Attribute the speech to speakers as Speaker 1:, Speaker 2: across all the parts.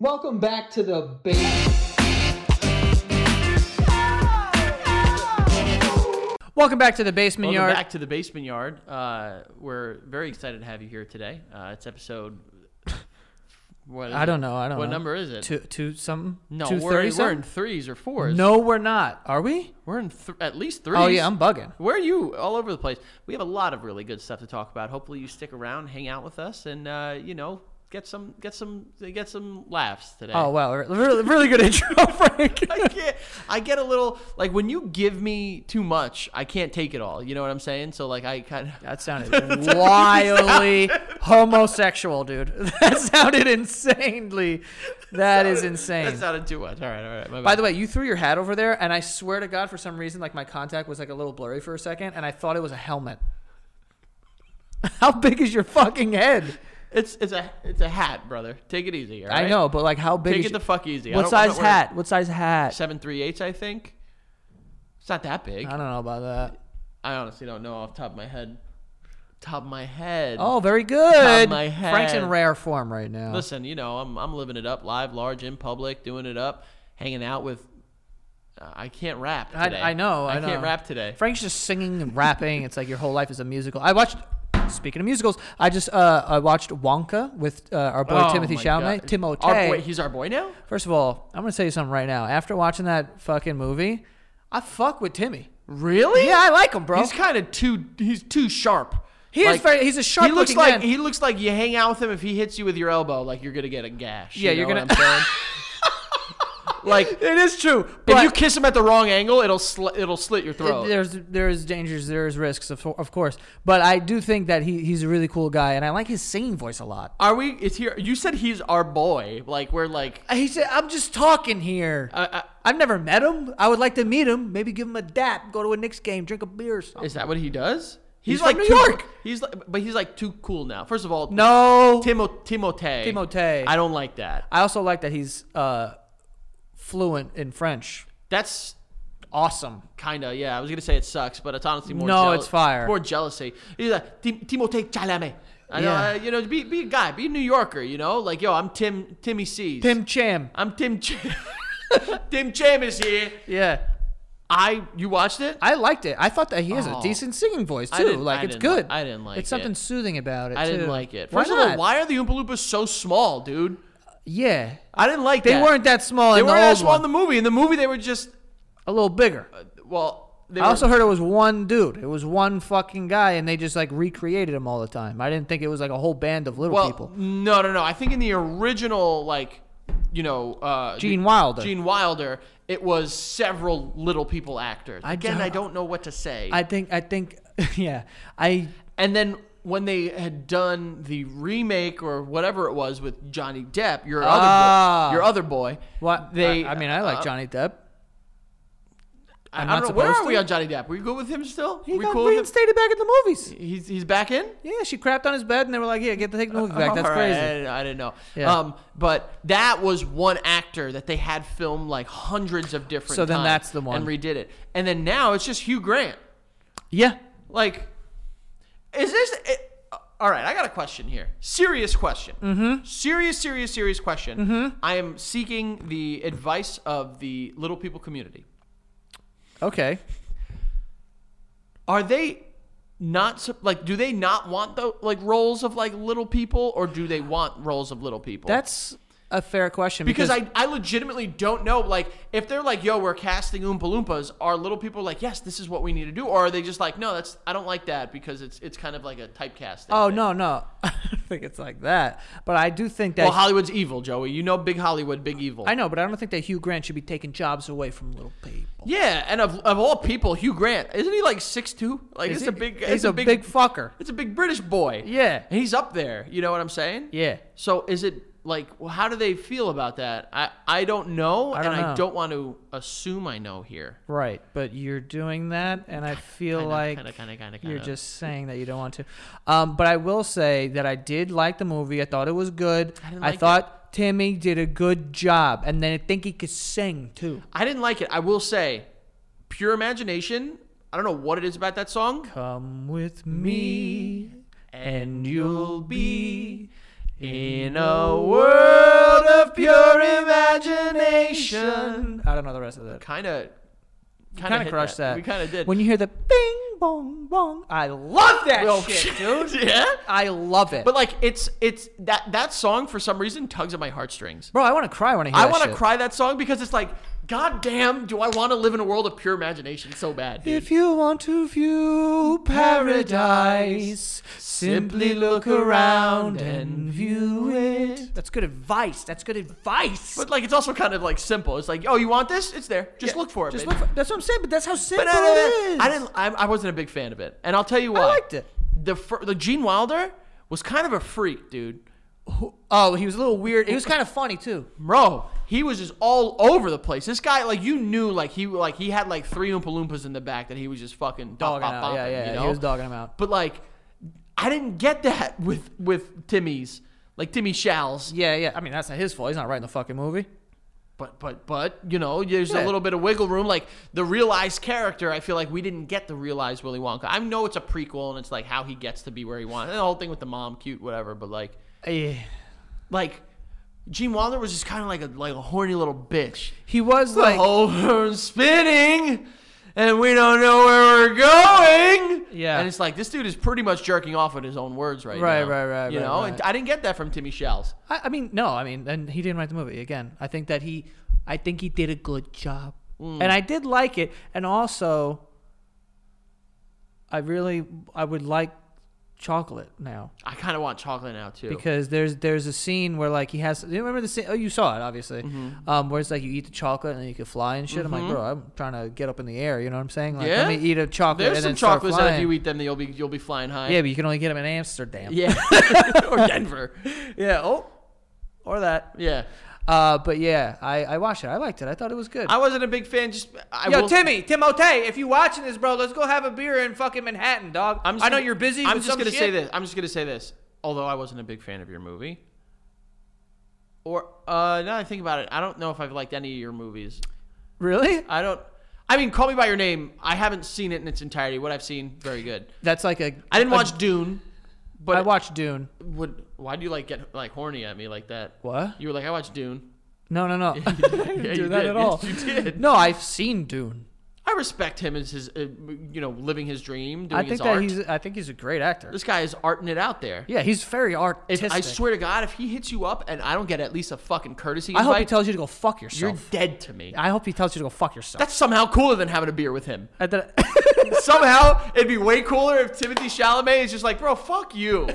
Speaker 1: Welcome back to the base.
Speaker 2: Welcome back to the basement
Speaker 3: Welcome
Speaker 2: yard.
Speaker 3: back to the basement yard. Uh, we're very excited to have you here today. Uh, it's episode. What is
Speaker 2: I
Speaker 3: it?
Speaker 2: don't know. I don't know.
Speaker 3: What number is it?
Speaker 2: Two, two something.
Speaker 3: no,
Speaker 2: two
Speaker 3: we're, we're in
Speaker 2: something?
Speaker 3: threes or fours.
Speaker 2: No, we're not. Are we?
Speaker 3: we're in th- at least three.
Speaker 2: Oh yeah, I'm bugging.
Speaker 3: Where are you? All over the place. We have a lot of really good stuff to talk about. Hopefully, you stick around, hang out with us, and uh, you know, get some, get some, get some laughs today.
Speaker 2: Oh wow, really, really good intro, Frank.
Speaker 3: I get I get a little like when you give me too much, I can't take it all. You know what I'm saying? So like I kind of
Speaker 2: That sounded wildly homosexual, dude. That sounded insanely. That is insane.
Speaker 3: that sounded too much. All right, all right. My
Speaker 2: By the way, you threw your hat over there, and I swear to God, for some reason, like my contact was like a little blurry for a second, and I thought it was a helmet. How big is your fucking head?
Speaker 3: it's it's a it's a hat, brother. Take it easy. all
Speaker 2: I
Speaker 3: right?
Speaker 2: know, but like how big?
Speaker 3: Take
Speaker 2: is
Speaker 3: it the
Speaker 2: your-
Speaker 3: fuck easy.
Speaker 2: what size hat? What size hat?
Speaker 3: Seven three eights, I think. It's not that big.
Speaker 2: I don't know about that.
Speaker 3: I honestly don't know off the top of my head. Top of my head.
Speaker 2: Oh, very good.
Speaker 3: my
Speaker 2: Frank's in
Speaker 3: head.
Speaker 2: rare form right now.
Speaker 3: Listen, you know, I'm I'm living it up, live, large, in public, doing it up, hanging out with. uh, I can't rap
Speaker 2: I-
Speaker 3: today.
Speaker 2: I know, I
Speaker 3: can't
Speaker 2: know.
Speaker 3: rap today.
Speaker 2: Frank's just singing and rapping. It's like your whole life is a musical. I watched. Speaking of musicals, I just uh, I watched Wonka with uh, our boy
Speaker 3: Oh
Speaker 2: Timothy
Speaker 3: my
Speaker 2: Chalamet.
Speaker 3: God. Oh,
Speaker 2: Timotei.
Speaker 3: Our boy, he's our boy now.
Speaker 2: First of all, I'm gonna say something right now. After watching that fucking movie, I fuck with Timmy.
Speaker 3: Really?
Speaker 2: Yeah, I like him, bro.
Speaker 3: He's kind of too. He's too sharp.
Speaker 2: He is very- he's
Speaker 3: He
Speaker 2: a
Speaker 3: looks
Speaker 2: sharp-looking
Speaker 3: like
Speaker 2: man.
Speaker 3: he looks like you hang out with him. If he hits you with your elbow, like you're gonna get a gash.
Speaker 2: Yeah,
Speaker 3: you
Speaker 2: you're
Speaker 3: know
Speaker 2: gonna-
Speaker 3: What I'm saying? like
Speaker 2: it is true.
Speaker 3: if you kiss him at the wrong angle, it'll sl- it'll slit your throat.
Speaker 2: there's there's dangers, there's risks, of, of course. But I do think that he, he's a really cool guy, and I like his singing voice a lot.
Speaker 3: Are we? Is here? You said he's our boy. Like we're like.
Speaker 2: He said, "I'm just talking here.
Speaker 3: I,
Speaker 2: I've never met him. I would like to meet him. Maybe give him a dap. Go to a Knicks game. Drink a beer. Or
Speaker 3: I,
Speaker 2: something.
Speaker 3: is that what he does?
Speaker 2: He's from New
Speaker 3: too-
Speaker 2: York.
Speaker 3: He's like, but he's like too cool now. First of all,
Speaker 2: No.
Speaker 3: Timo Timotei.
Speaker 2: Timotei.
Speaker 3: I don't like that.
Speaker 2: I also like that he's uh, fluent in French.
Speaker 3: That's
Speaker 2: Awesome.
Speaker 3: Kinda, yeah. I was gonna say it sucks, but it's honestly more.
Speaker 2: No,
Speaker 3: jeal-
Speaker 2: it's fire.
Speaker 3: More jealousy. He's like Tim- Timothée Chalamet. I know,
Speaker 2: Yeah.
Speaker 3: uh, you know, be be a guy, be a New Yorker. You know, like yo, I'm Tim Timmy C's.
Speaker 2: Tim Cham.
Speaker 3: I'm Tim. Ch- Tim Cham is here.
Speaker 2: Yeah.
Speaker 3: I you watched it?
Speaker 2: I liked it. I thought that he has a
Speaker 3: Oh.
Speaker 2: decent singing voice
Speaker 3: I
Speaker 2: too.
Speaker 3: didn't-
Speaker 2: Like
Speaker 3: I
Speaker 2: it's
Speaker 3: didn't
Speaker 2: good.
Speaker 3: li- I didn't like
Speaker 2: It's something
Speaker 3: it.
Speaker 2: soothing about it.
Speaker 3: I didn't
Speaker 2: too.
Speaker 3: like it.
Speaker 2: Why
Speaker 3: First of all,
Speaker 2: not?
Speaker 3: why are the Oompa Loompas so small, dude?
Speaker 2: Yeah,
Speaker 3: I didn't like
Speaker 2: they
Speaker 3: that.
Speaker 2: weren't that small
Speaker 3: They
Speaker 2: in the
Speaker 3: weren't
Speaker 2: old
Speaker 3: as well in the
Speaker 2: one.
Speaker 3: movie. In the movie, they were just uh,
Speaker 2: A little bigger.
Speaker 3: well. They
Speaker 2: I
Speaker 3: were,
Speaker 2: also heard it was one dude. It was one fucking guy, and they just like recreated him all the time. I didn't think it was like a whole band of little
Speaker 3: well,
Speaker 2: people.
Speaker 3: No, no, no. I think in the original, like, you know, uh,
Speaker 2: Gene
Speaker 3: the-
Speaker 2: Wilder.
Speaker 3: Gene Wilder. It was several little people actors.
Speaker 2: I
Speaker 3: Again,
Speaker 2: don't-
Speaker 3: I don't know what to say.
Speaker 2: I think. I think. Yeah. I.
Speaker 3: and then when they had done the remake or whatever it was with Johnny Depp, your
Speaker 2: Ah.
Speaker 3: other boy, your other boy.
Speaker 2: What
Speaker 3: They- uh,
Speaker 2: I, I mean, I like Johnny Depp.
Speaker 3: I-
Speaker 2: I'm
Speaker 3: I
Speaker 2: not
Speaker 3: don't know. Where
Speaker 2: supposed
Speaker 3: are we
Speaker 2: to?
Speaker 3: on Johnny Depp? We good with him still?
Speaker 2: He
Speaker 3: we
Speaker 2: got
Speaker 3: cool with him?
Speaker 2: reinstated back in the movies.
Speaker 3: He's he's back in.
Speaker 2: Yeah, she crapped on his bed, and they were like, "Yeah, get the take the movie back." That's
Speaker 3: All right,
Speaker 2: crazy.
Speaker 3: I didn't- I, didn't know.
Speaker 2: Yeah.
Speaker 3: Um, but that was one actor that they had film like hundreds of different.
Speaker 2: So then
Speaker 3: times
Speaker 2: that's the one.
Speaker 3: and redid it. And then now it's just Hugh Grant.
Speaker 2: Yeah.
Speaker 3: Like, is this? It, Uh, all right, I got a question here. Serious question. Mm-hmm. Serious, serious, serious question.
Speaker 2: Mm-hmm.
Speaker 3: I am seeking the advice of the little people community.
Speaker 2: Okay.
Speaker 3: Are they? Not sup- like, do they not want the like roles of like little people, or do they want roles of little people?
Speaker 2: That's a fair question
Speaker 3: because I, I legitimately don't know like if they're like yo we're casting oompa loompas are little people like yes this is what we need to do or are they just like no that's i don't like that because it's it's kind of like a typecast
Speaker 2: oh no no, I don't think it's like that. But I do think that
Speaker 3: well hollywood's evil joey you know big hollywood big evil
Speaker 2: I know, but I don't think that Hugh Grant should be taking jobs away from little people.
Speaker 3: yeah and of, of all people hugh grant isn't he like six two like
Speaker 2: Is
Speaker 3: it's
Speaker 2: he-
Speaker 3: a big
Speaker 2: He's
Speaker 3: it's
Speaker 2: a big, fucker.
Speaker 3: it's a big british boy
Speaker 2: Yeah.
Speaker 3: and he's up there you know what i'm saying
Speaker 2: Yeah.
Speaker 3: so is it like well, how do they feel about that i i don't know
Speaker 2: I don't
Speaker 3: and
Speaker 2: know.
Speaker 3: i don't want to assume i know here
Speaker 2: Right, but you're doing that, and I feel
Speaker 3: Kinda,
Speaker 2: like
Speaker 3: kinda, kinda, kinda,
Speaker 2: you're
Speaker 3: kinda.
Speaker 2: just saying that you don't want to. Um, but I will say that I did like the movie. I thought it was good. I,
Speaker 3: didn't like it.
Speaker 2: thought Timmy did a good job, and then I think he could sing too.
Speaker 3: I didn't like it. I will say, pure imagination. I don't know what it is about that song.
Speaker 2: Come with me, and you'll be
Speaker 3: in
Speaker 2: a world of pure
Speaker 3: Nation.
Speaker 2: I don't know the rest of it.
Speaker 3: Kind of, kind
Speaker 2: Kind
Speaker 3: of
Speaker 2: of crushed that.
Speaker 3: We kind of did.
Speaker 2: When you hear the bing bong bong, I love that
Speaker 3: Oh,
Speaker 2: shit, dude.
Speaker 3: yeah.
Speaker 2: I love it.
Speaker 3: But like, it's it's that that song for some reason tugs at my heartstrings.
Speaker 2: Bro, I want to cry when I hear.
Speaker 3: I
Speaker 2: that
Speaker 3: want to
Speaker 2: shit.
Speaker 3: cry that song because it's like, God damn, do I want to live in a world of pure imagination so bad, dude?
Speaker 2: If you want to view paradise, simply look around and view it. That's good advice. That's good advice.
Speaker 3: But like, it's also kind of like simple. It's like, oh, you want this? It's there. Just
Speaker 2: Yeah,
Speaker 3: look for it.
Speaker 2: Just
Speaker 3: baby.
Speaker 2: look for- that's what I'm saying. But uh, that's how simple
Speaker 3: But I,
Speaker 2: it
Speaker 3: didn't-
Speaker 2: is.
Speaker 3: I didn't. I, I wasn't a big fan of it, and I'll tell you why.
Speaker 2: liked it.
Speaker 3: The fir- the Gene Wilder was kind of a freak, dude.
Speaker 2: Oh, he was a little weird. He was kind of funny too.
Speaker 3: Bro, he was just all over the place. This guy, like, you knew, like, he like he had like three Oompa Loompas in the back that he was just fucking dog
Speaker 2: Dogging
Speaker 3: pop,
Speaker 2: out. Yeah,
Speaker 3: bopping,
Speaker 2: yeah.
Speaker 3: You know?
Speaker 2: He was dogging him out.
Speaker 3: But like, I didn't get that with with Timmy's, like Timmy Shall's.
Speaker 2: Yeah, yeah. I mean, that's not his fault. He's not writing the fucking movie.
Speaker 3: But but but you know, there's a
Speaker 2: Yeah.
Speaker 3: little bit of wiggle room. Like the realized character, I feel like we didn't get the realized Willy Wonka. I know it's a prequel and it's like how he gets to be where he wants, and the whole thing with the mom, cute, whatever. But like,
Speaker 2: Yeah.
Speaker 3: like. Gene Wilder was just kind of like a like a horny little bitch.
Speaker 2: He was
Speaker 3: The
Speaker 2: like.
Speaker 3: whole room's spinning, and we don't know where we're going.
Speaker 2: Yeah.
Speaker 3: and it's like this dude is pretty much jerking off in his own words right,
Speaker 2: Right,
Speaker 3: now.
Speaker 2: right, right,
Speaker 3: You
Speaker 2: right,
Speaker 3: know,
Speaker 2: right.
Speaker 3: and I didn't get that from Timmy Shells.
Speaker 2: I, I mean, no, I mean, and he didn't write the movie again. I think that he, I think he did a good job,
Speaker 3: Mm.
Speaker 2: and I did like it. And also, I really, I would like chocolate now
Speaker 3: I kind of want chocolate now too.
Speaker 2: because there's there's a scene where like he has. You remember the scene? Oh, you saw it, obviously.
Speaker 3: Mm-hmm.
Speaker 2: Um, where it's like you eat the chocolate and then you can fly and shit. I'm like, bro, I'm trying to get up in the air. You know what I'm saying? Like,
Speaker 3: Yeah.
Speaker 2: let me eat a chocolate.
Speaker 3: There's
Speaker 2: and
Speaker 3: some
Speaker 2: then start
Speaker 3: chocolates that if
Speaker 2: flying.
Speaker 3: you eat them, that you'll be you'll be flying high.
Speaker 2: Yeah, but you can only get them in Amsterdam.
Speaker 3: yeah, or Denver.
Speaker 2: yeah. Oh, or that.
Speaker 3: Yeah,
Speaker 2: Uh, but yeah, I I watched it. I liked it. I thought it was good.
Speaker 3: I wasn't a big fan. Just I
Speaker 2: Yo,
Speaker 3: will-
Speaker 2: Timmy, Timotei, if you watching this, bro, let's go have a beer in fucking Manhattan, dog. i
Speaker 3: I'm just
Speaker 2: know
Speaker 3: gonna-
Speaker 2: you're busy.
Speaker 3: I'm
Speaker 2: with
Speaker 3: just
Speaker 2: some
Speaker 3: gonna
Speaker 2: shit.
Speaker 3: say this. I'm just gonna say this. Although I wasn't a big fan of your movie, or uh, now that I think about it, I don't know if I've liked any of your movies.
Speaker 2: Really?
Speaker 3: I don't. I mean, Call Me by Your Name. I haven't seen it in its entirety. What I've seen, very good.
Speaker 2: That's like a.
Speaker 3: I didn't
Speaker 2: a-
Speaker 3: watch Dune, but
Speaker 2: I watched Dune.
Speaker 3: Would why do you like get like horny at me like that?
Speaker 2: What?
Speaker 3: You were like, I watched Dune.
Speaker 2: No, no, no. I didn't
Speaker 3: Yeah,
Speaker 2: do
Speaker 3: you
Speaker 2: that
Speaker 3: did.
Speaker 2: at all.
Speaker 3: Yes, you did.
Speaker 2: No, I've seen Dune.
Speaker 3: I respect him as his, uh, you know, living his dream, doing
Speaker 2: I think
Speaker 3: his
Speaker 2: that
Speaker 3: art.
Speaker 2: he's. I think he's a great actor.
Speaker 3: This guy is arting it out there.
Speaker 2: Yeah, he's very
Speaker 3: If,
Speaker 2: artistic.
Speaker 3: I swear to God, if he hits you up and I don't get at least a fucking courtesy
Speaker 2: I
Speaker 3: invite,
Speaker 2: hope he tells you to go fuck
Speaker 3: you're
Speaker 2: yourself.
Speaker 3: dead to me.
Speaker 2: I hope he tells you to go fuck yourself.
Speaker 3: That's somehow cooler than having a beer with him.
Speaker 2: I thought-
Speaker 3: somehow it'd be way cooler if Timothy Chalamet is just like, bro, fuck you.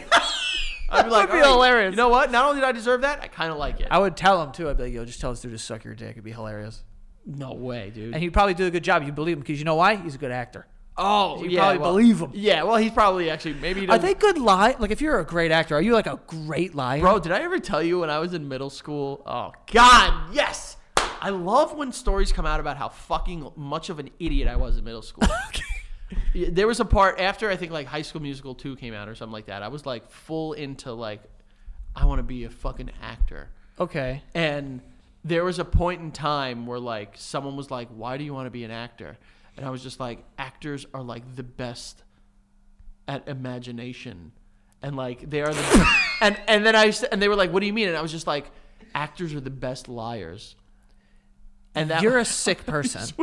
Speaker 3: I'd be like,
Speaker 2: That'd be
Speaker 3: "All
Speaker 2: hilarious."
Speaker 3: You know what? Not only did I deserve that, I kind of like it.
Speaker 2: I would tell him too. I'd be like, "Yo, just tell this dude to suck your dick. It'd be hilarious."
Speaker 3: no way, dude.
Speaker 2: And he'd probably do a good job. You believe him because you know why? He's a good actor.
Speaker 3: oh,
Speaker 2: You
Speaker 3: yeah,
Speaker 2: probably
Speaker 3: well-
Speaker 2: believe him.
Speaker 3: Yeah, well, he's probably actually maybe. He
Speaker 2: Are
Speaker 3: doesn't-
Speaker 2: they good lie? Like, if you're a great actor, are you like a great liar?
Speaker 3: Bro, did I ever tell you when I was in middle school? Oh God, yes. I love when stories come out about how fucking much of an idiot I was in middle school. Yeah, there was a part after I think like High School Musical two came out or something like that. I was like full into like, I want to be a fucking actor.
Speaker 2: Okay.
Speaker 3: And there was a point in time where like someone was like, "Why do you want to be an actor?" And I was just like, "Actors are like the best at imagination." And like they are the and and then I s- and they were like, "What do you mean?" And I was just like, "Actors are the best liars." And that
Speaker 2: You're a sick person.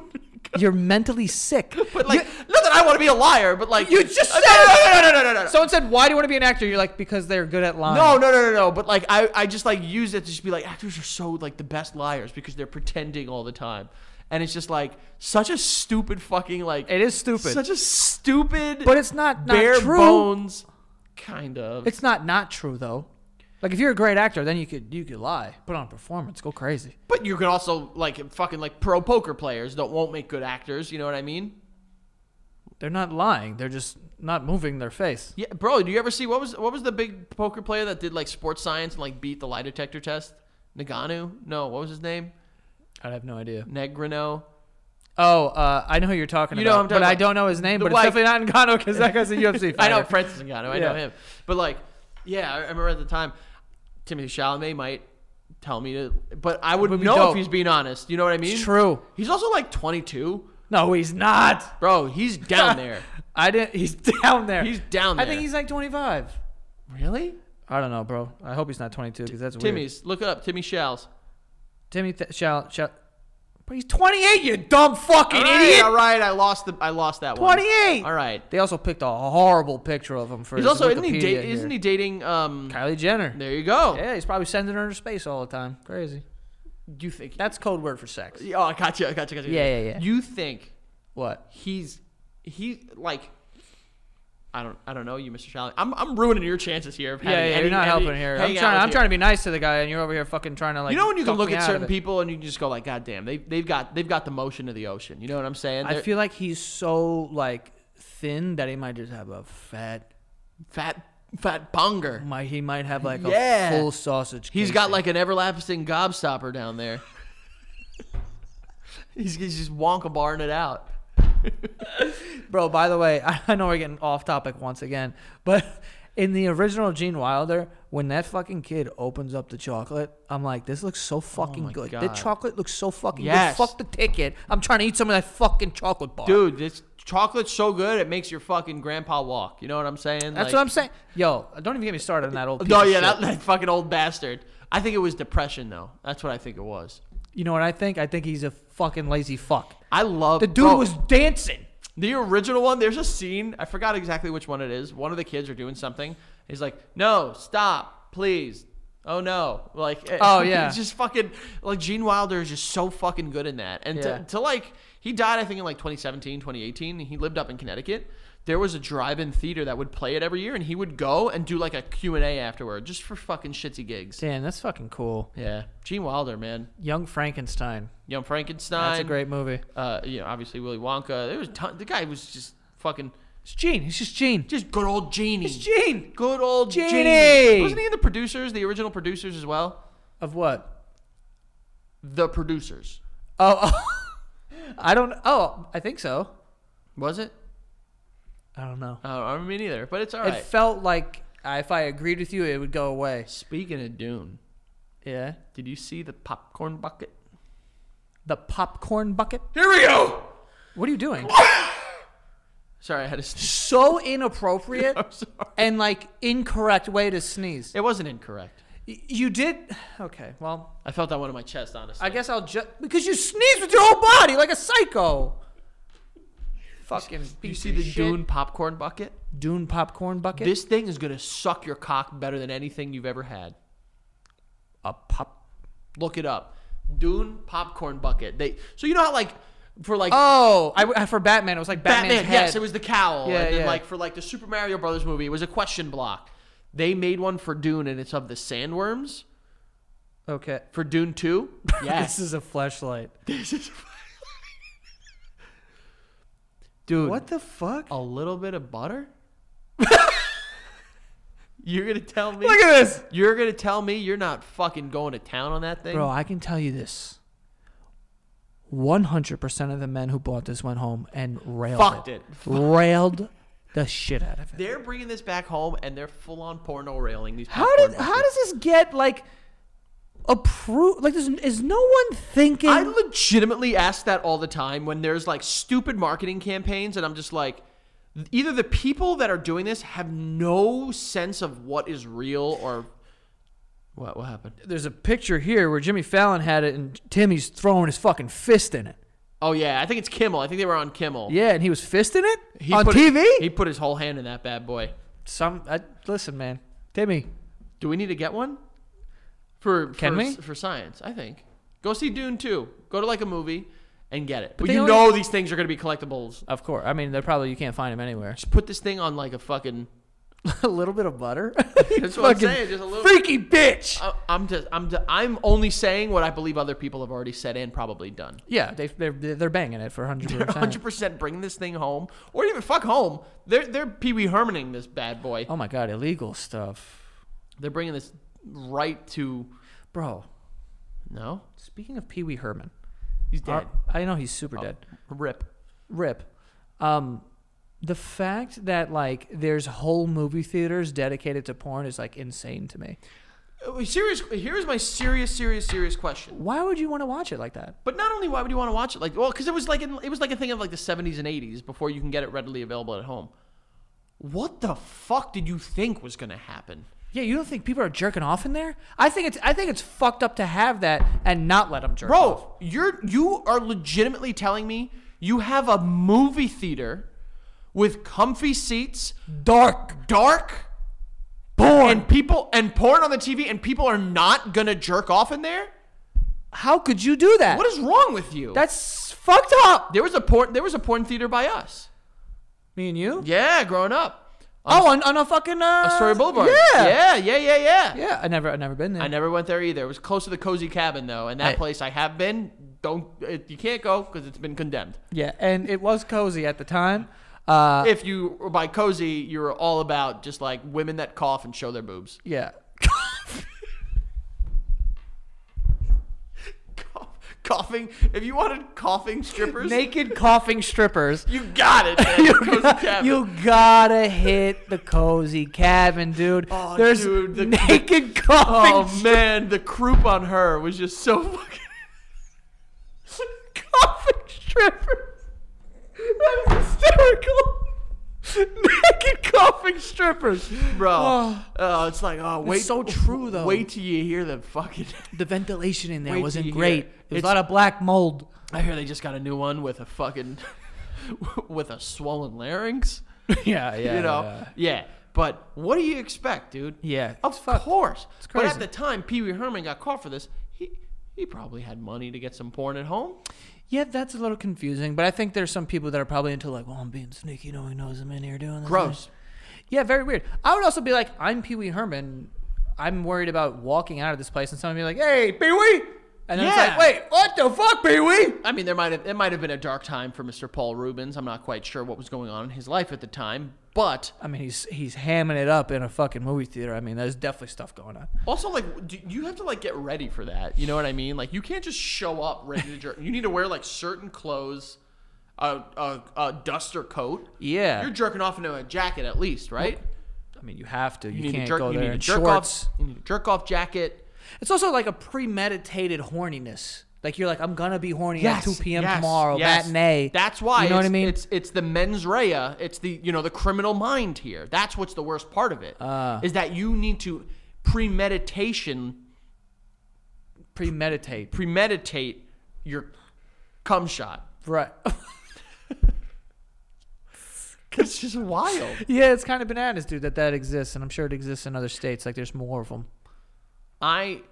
Speaker 2: You're mentally sick.
Speaker 3: but like not that I want to be a liar, but like
Speaker 2: You just
Speaker 3: no,
Speaker 2: said-
Speaker 3: no, no, no, no, no, no, no.
Speaker 2: Someone said, "Why do you want to be an actor?" You're like, "Because they're good at lying."
Speaker 3: No, no, no, no, no. But like, I, I just like use it to just be like, actors are so like the best liars because they're pretending all the time, and it's just like such a stupid fucking like.
Speaker 2: it is stupid,
Speaker 3: Such a stupid.
Speaker 2: but it's not not
Speaker 3: bare
Speaker 2: true.
Speaker 3: bones. Kind of.
Speaker 2: It's not not true though. Like, if you're a great actor, then you could you could lie, put on a performance, go crazy.
Speaker 3: but you can also like fucking like pro poker players that won't make good actors. You know what I mean?
Speaker 2: They're not lying. They're just not moving their face.
Speaker 3: Yeah, bro. Do you ever see what was what was the big poker player that did like sports science and like beat the lie detector test? Nagano? No, what was his name?
Speaker 2: I have no idea.
Speaker 3: Negrino.
Speaker 2: Oh, uh, I know who you're talking
Speaker 3: You know
Speaker 2: about,
Speaker 3: who I'm talking
Speaker 2: but I
Speaker 3: about.
Speaker 2: don't know his name.
Speaker 3: The
Speaker 2: But
Speaker 3: white-
Speaker 2: it's definitely not Ngannou because that guy's a UFC fighter.
Speaker 3: I know Francis Ngannou. I know
Speaker 2: Yeah.
Speaker 3: him. But like, yeah, I remember at the time, Timothy Chalamet might tell me to, but I would,
Speaker 2: Would be
Speaker 3: know
Speaker 2: dope.
Speaker 3: if he's being honest. You know what I mean?
Speaker 2: It's true.
Speaker 3: He's also like 22,
Speaker 2: No, he's not.
Speaker 3: bro. He's down there.
Speaker 2: I didn't. He's down there.
Speaker 3: He's down
Speaker 2: I think
Speaker 3: there.
Speaker 2: he's like 25.
Speaker 3: really?
Speaker 2: I don't know, bro. I hope he's not 22 because that's weird.
Speaker 3: Timmy's. Look it up Timmy Shals.
Speaker 2: Timmy th- shall shall. But he's 28, you dumb fucking
Speaker 3: All right,
Speaker 2: idiot.
Speaker 3: all right, I lost the I lost that one.
Speaker 2: 28.
Speaker 3: All right.
Speaker 2: They also picked a horrible picture of him for.
Speaker 3: He's
Speaker 2: his
Speaker 3: also isn't he
Speaker 2: Wikipedia
Speaker 3: da-
Speaker 2: here.
Speaker 3: isn't he dating um
Speaker 2: Kylie Jenner?
Speaker 3: There you go.
Speaker 2: Yeah, he's probably sending her to space all the time. Crazy.
Speaker 3: Do you think
Speaker 2: That's code word for sex.
Speaker 3: Oh, I got you. I got you. Got you.
Speaker 2: Yeah, yeah, yeah.
Speaker 3: You think
Speaker 2: What?
Speaker 3: he's he like I don't I don't know you, Mr. Shally. I'm I'm ruining your chances here. Of
Speaker 2: Yeah,
Speaker 3: having
Speaker 2: yeah,
Speaker 3: any-
Speaker 2: you're not
Speaker 3: any
Speaker 2: helping here. I'm
Speaker 3: hangouts
Speaker 2: trying. I'm
Speaker 3: here.
Speaker 2: trying to be nice to the guy, and you're over here fucking trying to like.
Speaker 3: you know when you can
Speaker 2: talk
Speaker 3: look
Speaker 2: me
Speaker 3: at
Speaker 2: out of
Speaker 3: certain
Speaker 2: it?
Speaker 3: people and you just go like, God damn, they they've got they've got the motion of the ocean. You know what I'm saying?
Speaker 2: I
Speaker 3: They're
Speaker 2: feel like he's so like thin that he might just have a fat.
Speaker 3: fat fat bunger.
Speaker 2: Might he might have like
Speaker 3: Yeah.
Speaker 2: a full sausage.
Speaker 3: He's
Speaker 2: casing.
Speaker 3: got like an everlasting gobstopper down there. he's, he's just wonka barring it out.
Speaker 2: Bro, by the way, I, I know we're getting off topic once again, but in the original Gene Wilder, when that fucking kid opens up the chocolate, I'm like, this looks so fucking
Speaker 3: Oh my
Speaker 2: good. The
Speaker 3: God.
Speaker 2: chocolate looks so fucking
Speaker 3: Yes.
Speaker 2: good. Fuck the ticket. I'm trying to eat some of that fucking chocolate bar.
Speaker 3: Dude, this chocolate's so good it makes your fucking grandpa walk. You know what I'm saying?
Speaker 2: That's
Speaker 3: Like-
Speaker 2: what I'm saying. Yo, don't even get me started on that old. Piece
Speaker 3: No,
Speaker 2: of
Speaker 3: yeah,
Speaker 2: shit.
Speaker 3: that, that fucking old bastard. I think it was depression though. That's what I think it was.
Speaker 2: you know what I think? I think he's a fucking lazy fuck.
Speaker 3: I love
Speaker 2: The dude
Speaker 3: bro,
Speaker 2: was dancing.
Speaker 3: the original one. There's a scene. I forgot exactly which one it is. One of the kids are doing something. He's like, "No, stop, please." Oh no! Like, eh,
Speaker 2: Oh, yeah.
Speaker 3: it's just fucking like Gene Wilder is just so fucking good in that. And
Speaker 2: Yeah.
Speaker 3: to, to like, he died I think in like 2017, 2018. and He lived up in Connecticut. There was a drive-in theater that would play it every year, and he would go and do like a Q and A afterward, just for fucking shitsy gigs.
Speaker 2: Damn, that's fucking cool.
Speaker 3: Yeah, Gene Wilder, man.
Speaker 2: Young Frankenstein.
Speaker 3: Young Frankenstein.
Speaker 2: That's a great movie.
Speaker 3: Uh, you know, obviously Willy Wonka. There was a ton, the guy was just fucking
Speaker 2: It's Gene. It's just Gene.
Speaker 3: just good old Genie.
Speaker 2: It's Gene.
Speaker 3: Good old Genie.
Speaker 2: Genie.
Speaker 3: Wasn't he in the producers, the original producers as well?
Speaker 2: Of what?
Speaker 3: The producers.
Speaker 2: Oh, oh. I don't. Oh, I think so.
Speaker 3: Was it?
Speaker 2: I don't know.
Speaker 3: I don't I don't mean either, but it's all right.
Speaker 2: It felt like I- if I agreed with you, it would go away.
Speaker 3: Speaking of Dune,
Speaker 2: Yeah.
Speaker 3: did you see the popcorn bucket?
Speaker 2: The popcorn bucket.
Speaker 3: Here we go.
Speaker 2: What are you doing?
Speaker 3: Sorry, I had a sneeze.
Speaker 2: so inappropriate
Speaker 3: I'm sorry.
Speaker 2: and like incorrect way to sneeze.
Speaker 3: It wasn't incorrect.
Speaker 2: Y- you did. Okay. Well,
Speaker 3: I felt that one in my chest, honestly.
Speaker 2: I guess I'll just because you sneeze with your whole body like a psycho. Fucking.
Speaker 3: Do you
Speaker 2: piece
Speaker 3: see
Speaker 2: of
Speaker 3: the
Speaker 2: shit.
Speaker 3: Dune popcorn bucket?
Speaker 2: Dune popcorn bucket?
Speaker 3: This thing is gonna suck your cock better than anything you've ever had.
Speaker 2: a pop.
Speaker 3: Look it up. Dune popcorn bucket. They so you know how like for like
Speaker 2: Oh, I, I for Batman. It was like
Speaker 3: Batman.
Speaker 2: Batman's head.
Speaker 3: Yes, it was the cowl.
Speaker 2: Yeah,
Speaker 3: and then
Speaker 2: yeah.
Speaker 3: like for like the Super Mario Brothers movie, it was a question block. They made one for Dune, and it's of the sandworms
Speaker 2: okay.
Speaker 3: for Dune Two. Yes,
Speaker 2: This is a flashlight.
Speaker 3: dude.
Speaker 2: What the fuck?
Speaker 3: A little bit of butter. you're gonna tell me?
Speaker 2: Look at this.
Speaker 3: You're gonna tell me you're not fucking going to town on that thing,
Speaker 2: Bro, I can tell you this. 100% of the men who bought this went home and railed
Speaker 3: Fucked it.
Speaker 2: Railed the shit out of it.
Speaker 3: They're bringing this back home, and they're full on porno railing these.
Speaker 2: How
Speaker 3: popcorn
Speaker 2: did
Speaker 3: buckets.
Speaker 2: how does this get like approved? Like there's is no one thinking
Speaker 3: I legitimately ask that all the time when there's like stupid marketing campaigns, and I'm just like, either the people that are doing this have no sense of what is real or what what happened.
Speaker 2: there's a picture here where Jimmy Fallon had it and Timmy's throwing his fucking fist in it.
Speaker 3: Oh yeah, I think it's Kimmel. I think they were on Kimmel.
Speaker 2: Yeah, and he was fisting it
Speaker 3: He
Speaker 2: on
Speaker 3: put-
Speaker 2: TV?
Speaker 3: he put his whole hand in that bad boy.
Speaker 2: Some I, listen, man. Timmy,
Speaker 3: Do we need to get one for
Speaker 2: Can
Speaker 3: for,
Speaker 2: we?
Speaker 3: for science? I think go see Dune two. Go to like a movie and get it. But
Speaker 2: they
Speaker 3: you
Speaker 2: only-
Speaker 3: know these things are going to be collectibles.
Speaker 2: of course. I mean, they're probably you can't find him anywhere.
Speaker 3: Just put this thing on like a fucking.
Speaker 2: a little bit of butter.
Speaker 3: That's what I'm saying. Just a little. Um,
Speaker 2: Freaky bitch.
Speaker 3: I- I'm just I'm just, I'm only saying what I believe other people have already said and probably done.
Speaker 2: Yeah, they they're they're banging it for 100%.
Speaker 3: 100 percent bring this thing home, or even fuck home. They're they're Pee Wee Hermaning this bad boy.
Speaker 2: Oh my god, illegal stuff.
Speaker 3: They're bringing this right to
Speaker 2: Bro,
Speaker 3: no.
Speaker 2: speaking of Pee Wee Herman.
Speaker 3: He's dead. Oh.
Speaker 2: I know he's super Uh, oh. dead.
Speaker 3: Rip.
Speaker 2: Rip. Um the fact that like there's whole movie theaters dedicated to porn is like insane to me.
Speaker 3: Uh, Serious. Here's my serious, serious, serious question.
Speaker 2: Why would you want to watch it like that?
Speaker 3: But not only why would you want to watch it? Like, well, because it was like in, it was like a thing of like the 70s and 80s before you can get it readily available at home. What the fuck did you think was gonna happen?
Speaker 2: Yeah, you don't think people are jerking off in there? I think it's I think it's fucked up to have that and not let them jerk off.
Speaker 3: Bro, you're you are legitimately telling me you have a movie theater with comfy seats, dark, dark porn, and people and porn on the TV, and people are not gonna jerk off in there.
Speaker 2: How could you do that?
Speaker 3: What is wrong with you?
Speaker 2: That's fucked up.
Speaker 3: there was a porn. There was a porn theater by us.
Speaker 2: Me and you?
Speaker 3: Yeah, growing up. On
Speaker 2: Oh, on, on a fucking uh,
Speaker 3: Astoria Boulevard.
Speaker 2: Yeah.
Speaker 3: yeah, yeah, yeah, yeah.
Speaker 2: Yeah, I never I never been there.
Speaker 3: I never went there either. It was close to the cozy cabin though, and that
Speaker 2: I-
Speaker 3: place I have been. Don't it, you can't go because it's been condemned.
Speaker 2: Yeah, and it was cozy at the time. Uh,
Speaker 3: if you were by cozy, you're all about just like women that cough and show their boobs.
Speaker 2: yeah.
Speaker 3: Cough, coughing. If you wanted coughing strippers,
Speaker 2: Naked coughing strippers.
Speaker 3: you got it. Man. cozy cabin.
Speaker 2: You gotta hit the cozy cabin, dude.
Speaker 3: Oh,
Speaker 2: There's
Speaker 3: dude, the-
Speaker 2: naked coughing.
Speaker 3: oh man, the croup on her was just so fucking.
Speaker 2: coughing strippers. That is hysterical. naked coughing strippers.
Speaker 3: Bro,
Speaker 2: Oh.
Speaker 3: oh. it's like oh wait.
Speaker 2: so true, though.
Speaker 3: Wait till you hear the fucking.
Speaker 2: The ventilation in there
Speaker 3: Wait till
Speaker 2: wasn't
Speaker 3: you hear it.
Speaker 2: great. It was a
Speaker 3: It's-
Speaker 2: lot of black mold.
Speaker 3: I hear they just got a new one with a fucking, with a swollen larynx.
Speaker 2: yeah, yeah.
Speaker 3: you know, yeah. But what do you expect, dude?
Speaker 2: Yeah,
Speaker 3: Of
Speaker 2: it's fucked.
Speaker 3: course. But
Speaker 2: crazy.
Speaker 3: at the time, Pee Wee Herman got caught for this. He he probably had money to get some porn at home.
Speaker 2: Yeah, that's a little confusing, but I think there's some people that are probably into like, well, I'm being sneaky. No one knows I'm in here doing this.
Speaker 3: Gross.
Speaker 2: Yeah, very weird. I would also be like, I'm Pee Wee Herman. I'm worried about walking out of this place and someone be like, hey, Pee Wee. And then
Speaker 3: Yeah.
Speaker 2: it's like, wait, what the fuck, Pee Wee?
Speaker 3: I mean, there might have it might have been a dark time for Mr. Paul Rubens. I'm not quite sure what was going on in his life at the time, but
Speaker 2: I mean, he's he's hamming it up in a fucking movie theater. I mean, there's definitely stuff going on.
Speaker 3: also like do, you have to like get ready for that. You know what I mean? Like you can't just show up ready to jerk. You need to wear like certain clothes, a a, a duster coat.
Speaker 2: Yeah.
Speaker 3: You're jerking off into a jacket at least, right?
Speaker 2: I mean, you have to. You,
Speaker 3: You need
Speaker 2: can't
Speaker 3: a jerk.
Speaker 2: go
Speaker 3: You
Speaker 2: there
Speaker 3: need a
Speaker 2: in
Speaker 3: jerk
Speaker 2: shorts.
Speaker 3: off. You need a jerk off jacket.
Speaker 2: It's also like a premeditated horniness. Like you're like, I'm gonna be horny at 2 p.m.
Speaker 3: yes,
Speaker 2: tomorrow,
Speaker 3: yes.
Speaker 2: matinee.
Speaker 3: That's why
Speaker 2: You know what I
Speaker 3: it's-
Speaker 2: mean?
Speaker 3: It's it's the mens rea. It's the you know the criminal mind here. That's what's the worst part of it is
Speaker 2: Uh.
Speaker 3: that you need to premeditation
Speaker 2: premeditate.
Speaker 3: premeditate your cum shot.
Speaker 2: Right.
Speaker 3: It's just wild.
Speaker 2: yeah, it's kind of bananas, dude, that that exists, and I'm sure it exists in other states. Like there's more of them.
Speaker 3: I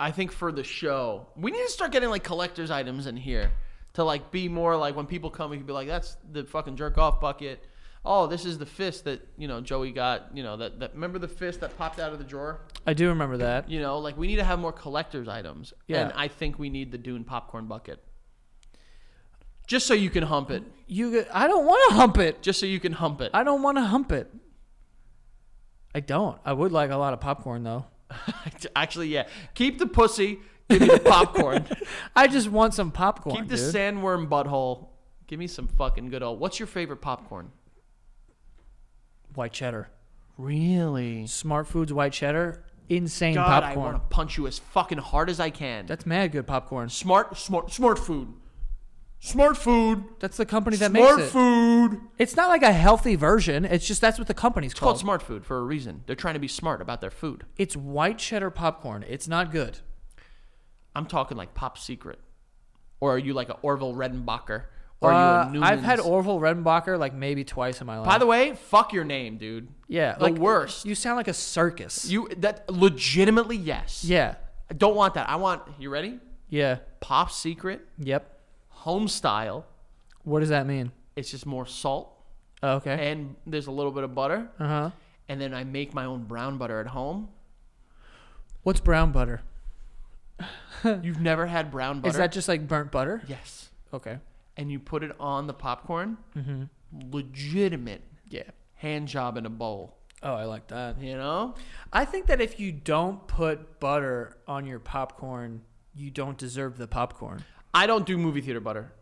Speaker 3: I think for the show we need to start getting like collectors items in here to like be more like when people come we can be like that's the fucking jerk off bucket. Oh, this is the fist that you know Joey got. You know that that remember the fist that popped out of the drawer.
Speaker 2: I do remember that.
Speaker 3: You know, like we need to have more collector's items.
Speaker 2: Yeah.
Speaker 3: And I think we need the Dune popcorn bucket. Just so you can hump it.
Speaker 2: You, I don't want to hump it.
Speaker 3: Just so you can hump it.
Speaker 2: I don't want to hump it. I don't. I would like a lot of popcorn though.
Speaker 3: Actually, yeah. Keep the pussy. Give me the popcorn.
Speaker 2: I just want some popcorn,
Speaker 3: Keep the
Speaker 2: dude.
Speaker 3: sandworm butthole. Give me some fucking good old. What's your favorite popcorn?
Speaker 2: white cheddar.
Speaker 3: Really?
Speaker 2: Smart Foods white cheddar. Insane
Speaker 3: God, I
Speaker 2: popcorn.
Speaker 3: want to punch you as fucking hard as I can.
Speaker 2: That's mad good popcorn.
Speaker 3: smart, smart, smart food. Smart food.
Speaker 2: That's the company that
Speaker 3: smart
Speaker 2: makes it.
Speaker 3: food. It's
Speaker 2: It's not like a healthy version. It's just that's what the company's
Speaker 3: called
Speaker 2: called.
Speaker 3: smart food for a reason. They're trying to be smart about their food.
Speaker 2: It's white cheddar popcorn. It's not good.
Speaker 3: I'm talking like Pop Secret. Or are you like an Orville Redenbacher? Or
Speaker 2: Uh,
Speaker 3: are you a
Speaker 2: I've had
Speaker 3: Newman's?
Speaker 2: Orville Redenbacher like maybe twice in my life.
Speaker 3: By the way, fuck your name, dude.
Speaker 2: yeah,
Speaker 3: the
Speaker 2: like,
Speaker 3: worst. You,
Speaker 2: You sound like a circus.
Speaker 3: that legitimately yes.
Speaker 2: yeah,
Speaker 3: I don't want that. I want you ready?
Speaker 2: yeah,
Speaker 3: Pop Secret,
Speaker 2: yep.
Speaker 3: home style.
Speaker 2: What does that mean?
Speaker 3: It's just more salt
Speaker 2: Oh, okay.
Speaker 3: and there's a little bit of butter.
Speaker 2: Uh huh.
Speaker 3: And then I make my own brown butter at home.
Speaker 2: What's brown butter?
Speaker 3: You've never had brown butter?
Speaker 2: Is that just like burnt butter?
Speaker 3: yes?
Speaker 2: Okay.
Speaker 3: And you put it on the popcorn. Legitimate
Speaker 2: Yeah.
Speaker 3: hand job in a bowl.
Speaker 2: Oh, I like that.
Speaker 3: You know?
Speaker 2: I think that if you don't put butter on your popcorn, you don't deserve the popcorn.
Speaker 3: I don't do movie theater butter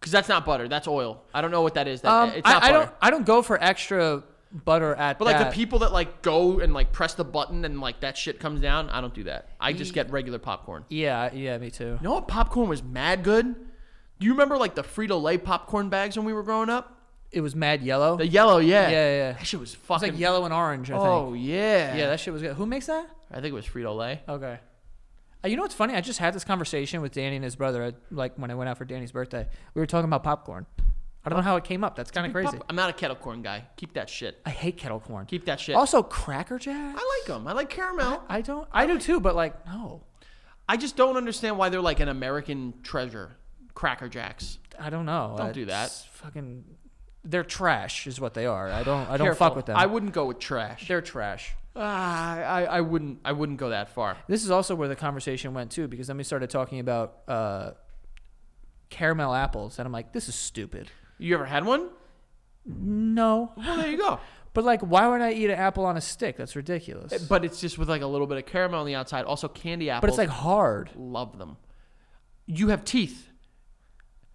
Speaker 3: because that's not butter. That's oil. I don't know what that is. That,
Speaker 2: Um,
Speaker 3: it's not
Speaker 2: I, I
Speaker 3: butter.
Speaker 2: don't. I don't go for extra butter at.
Speaker 3: but like
Speaker 2: that.
Speaker 3: the people that like go and like press the button and like that shit comes down, I don't do that. I just get regular popcorn.
Speaker 2: Yeah. Yeah. Me too.
Speaker 3: You know what popcorn was mad good? Do you remember like the Frito Lay popcorn bags when we were growing up?
Speaker 2: it was mad yellow.
Speaker 3: The yellow, yeah.
Speaker 2: yeah, yeah. yeah.
Speaker 3: That shit was
Speaker 2: It's
Speaker 3: fucking
Speaker 2: like yellow and orange. I
Speaker 3: Oh
Speaker 2: think.
Speaker 3: yeah.
Speaker 2: Yeah, that shit was good. Who makes that?
Speaker 3: I think it was Frito Lay.
Speaker 2: Okay. Uh, you know what's funny? I just had this conversation with Danny and his brother. At, like when I went out for Danny's birthday, we were talking about popcorn. I don't know how it came up. That's kind of crazy.
Speaker 3: I'm not a kettle corn guy. Keep that shit.
Speaker 2: I hate kettle corn.
Speaker 3: Keep that shit.
Speaker 2: Also, Cracker Jack.
Speaker 3: I like them. I like caramel.
Speaker 2: I don't. I do too, but like no,
Speaker 3: I just don't understand why they're like an American treasure. Cracker Jacks.
Speaker 2: I don't know.
Speaker 3: Don't do that.
Speaker 2: It's Fucking, they're trash, is what they are. I don't. I don't fuck
Speaker 3: Careful.
Speaker 2: with them.
Speaker 3: I wouldn't go with trash.
Speaker 2: they're trash.
Speaker 3: Ah, I, I wouldn't. I wouldn't go that far.
Speaker 2: This is also where the conversation went too, because then we started talking about uh, caramel apples, and I'm like, this is stupid.
Speaker 3: You ever had one?
Speaker 2: No,
Speaker 3: Well, there you go.
Speaker 2: but like, why would I eat an apple on a stick? That's ridiculous.
Speaker 3: But it's just with like a little bit of caramel on the outside. Also, candy apples.
Speaker 2: but it's like hard.
Speaker 3: love them. You have teeth.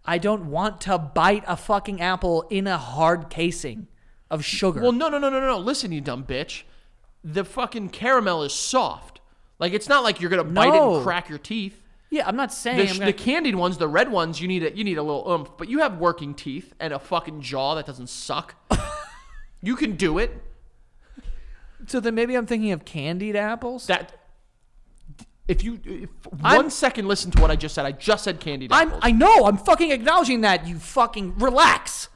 Speaker 2: I don't want to bite a fucking apple in a hard casing of sugar.
Speaker 3: Well, no, no, no, no, no. Listen, you dumb bitch. The fucking caramel is soft. Like it's not like you're gonna bite it
Speaker 2: No.
Speaker 3: and crack your teeth.
Speaker 2: yeah, I'm not saying.
Speaker 3: The,
Speaker 2: I'm
Speaker 3: sh-
Speaker 2: gonna-
Speaker 3: the candied ones, the red ones, you need a, you need a little oomph, but you have working teeth and a fucking jaw that doesn't suck. you can do it.
Speaker 2: so then maybe I'm thinking of candied apples.
Speaker 3: That if you if
Speaker 2: I'm-
Speaker 3: one second listen to what I just said. I just said candied
Speaker 2: I'm,
Speaker 3: apples.
Speaker 2: I know. I'm fucking acknowledging that. You fucking relax.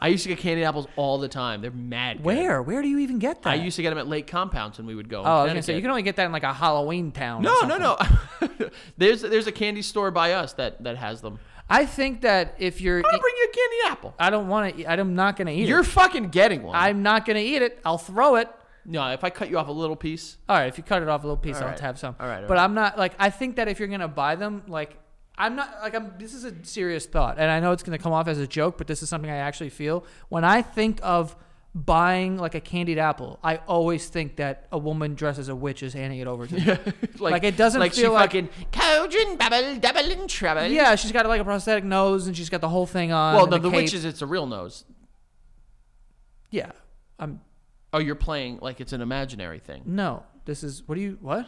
Speaker 3: I used to get candied apples all the time. They're mad. good.
Speaker 2: Where? Where do you even get that?
Speaker 3: I used to get them at lake compounds, and we would go.
Speaker 2: oh, I was gonna say you can only get that in like a Halloween town. or
Speaker 3: No, no,
Speaker 2: something.
Speaker 3: no. there's there's a candy store by us that that has them.
Speaker 2: I think that if you're,
Speaker 3: I'm gonna bring you a candy apple.
Speaker 2: I don't want to. I'm not gonna eat
Speaker 3: You're
Speaker 2: it.
Speaker 3: fucking getting one.
Speaker 2: I'm not gonna eat it. I'll throw it.
Speaker 3: no, if I cut you off a little piece,
Speaker 2: All right, if you cut it off a little piece, I'll
Speaker 3: right.
Speaker 2: have some.
Speaker 3: All right, all
Speaker 2: but
Speaker 3: right.
Speaker 2: I'm not like I think that if you're gonna buy them, like I'm not like I'm. This is a serious thought, and I know it's gonna come off as a joke, but this is something I actually feel when I think of buying like a candied apple. I always think that a woman dressed as a witch is handing it over to me. Like, it doesn't
Speaker 3: like
Speaker 2: feel
Speaker 3: she
Speaker 2: like-
Speaker 3: fucking Cajun bubble double and treble.
Speaker 2: Yeah, she's got like a prosthetic nose, and she's got the whole thing on.
Speaker 3: Well,
Speaker 2: and
Speaker 3: no, the,
Speaker 2: cape.
Speaker 3: witch is it's a real nose.
Speaker 2: Yeah, I'm
Speaker 3: Oh, you're playing like it's an imaginary thing.
Speaker 2: no. This is what do you what?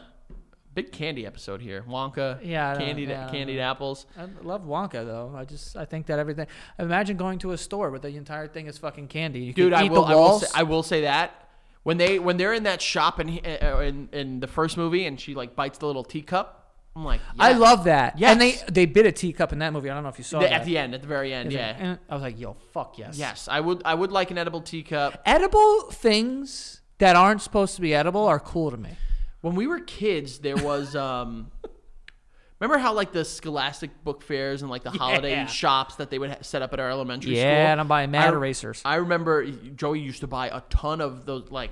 Speaker 3: Big candy episode here. Wonka.
Speaker 2: Yeah, I don't-
Speaker 3: Candied
Speaker 2: yeah, I don't
Speaker 3: candied apples.
Speaker 2: I love Wonka though. I just I think that everything. Imagine going to a store where the entire thing is fucking candy. You
Speaker 3: Dude,
Speaker 2: could
Speaker 3: I
Speaker 2: eat
Speaker 3: will.
Speaker 2: The
Speaker 3: I will,
Speaker 2: walls.
Speaker 3: say, I will say that when they when they're in that shop in uh, in, in the first movie and she like bites the little teacup, I'm like,
Speaker 2: I
Speaker 3: yes.
Speaker 2: love that. Yeah, And they
Speaker 3: Yes.
Speaker 2: they bit a teacup in that movie. I don't know if you saw
Speaker 3: The-
Speaker 2: that.
Speaker 3: at the end, at the very end.
Speaker 2: It's like,
Speaker 3: Yeah.
Speaker 2: eh. I was like, yo, fuck yes.
Speaker 3: Yes, I would. I would like an edible teacup.
Speaker 2: Edible things that aren't supposed to be edible are cool to me.
Speaker 3: When we were kids, there was. um Remember how like the Scholastic book fairs and like the holiday
Speaker 2: Yeah.
Speaker 3: shops that they would ha- set up at our elementary school.
Speaker 2: Yeah, and I'm buying Mad
Speaker 3: I-
Speaker 2: Erasers.
Speaker 3: I remember Joey used to buy a ton of those like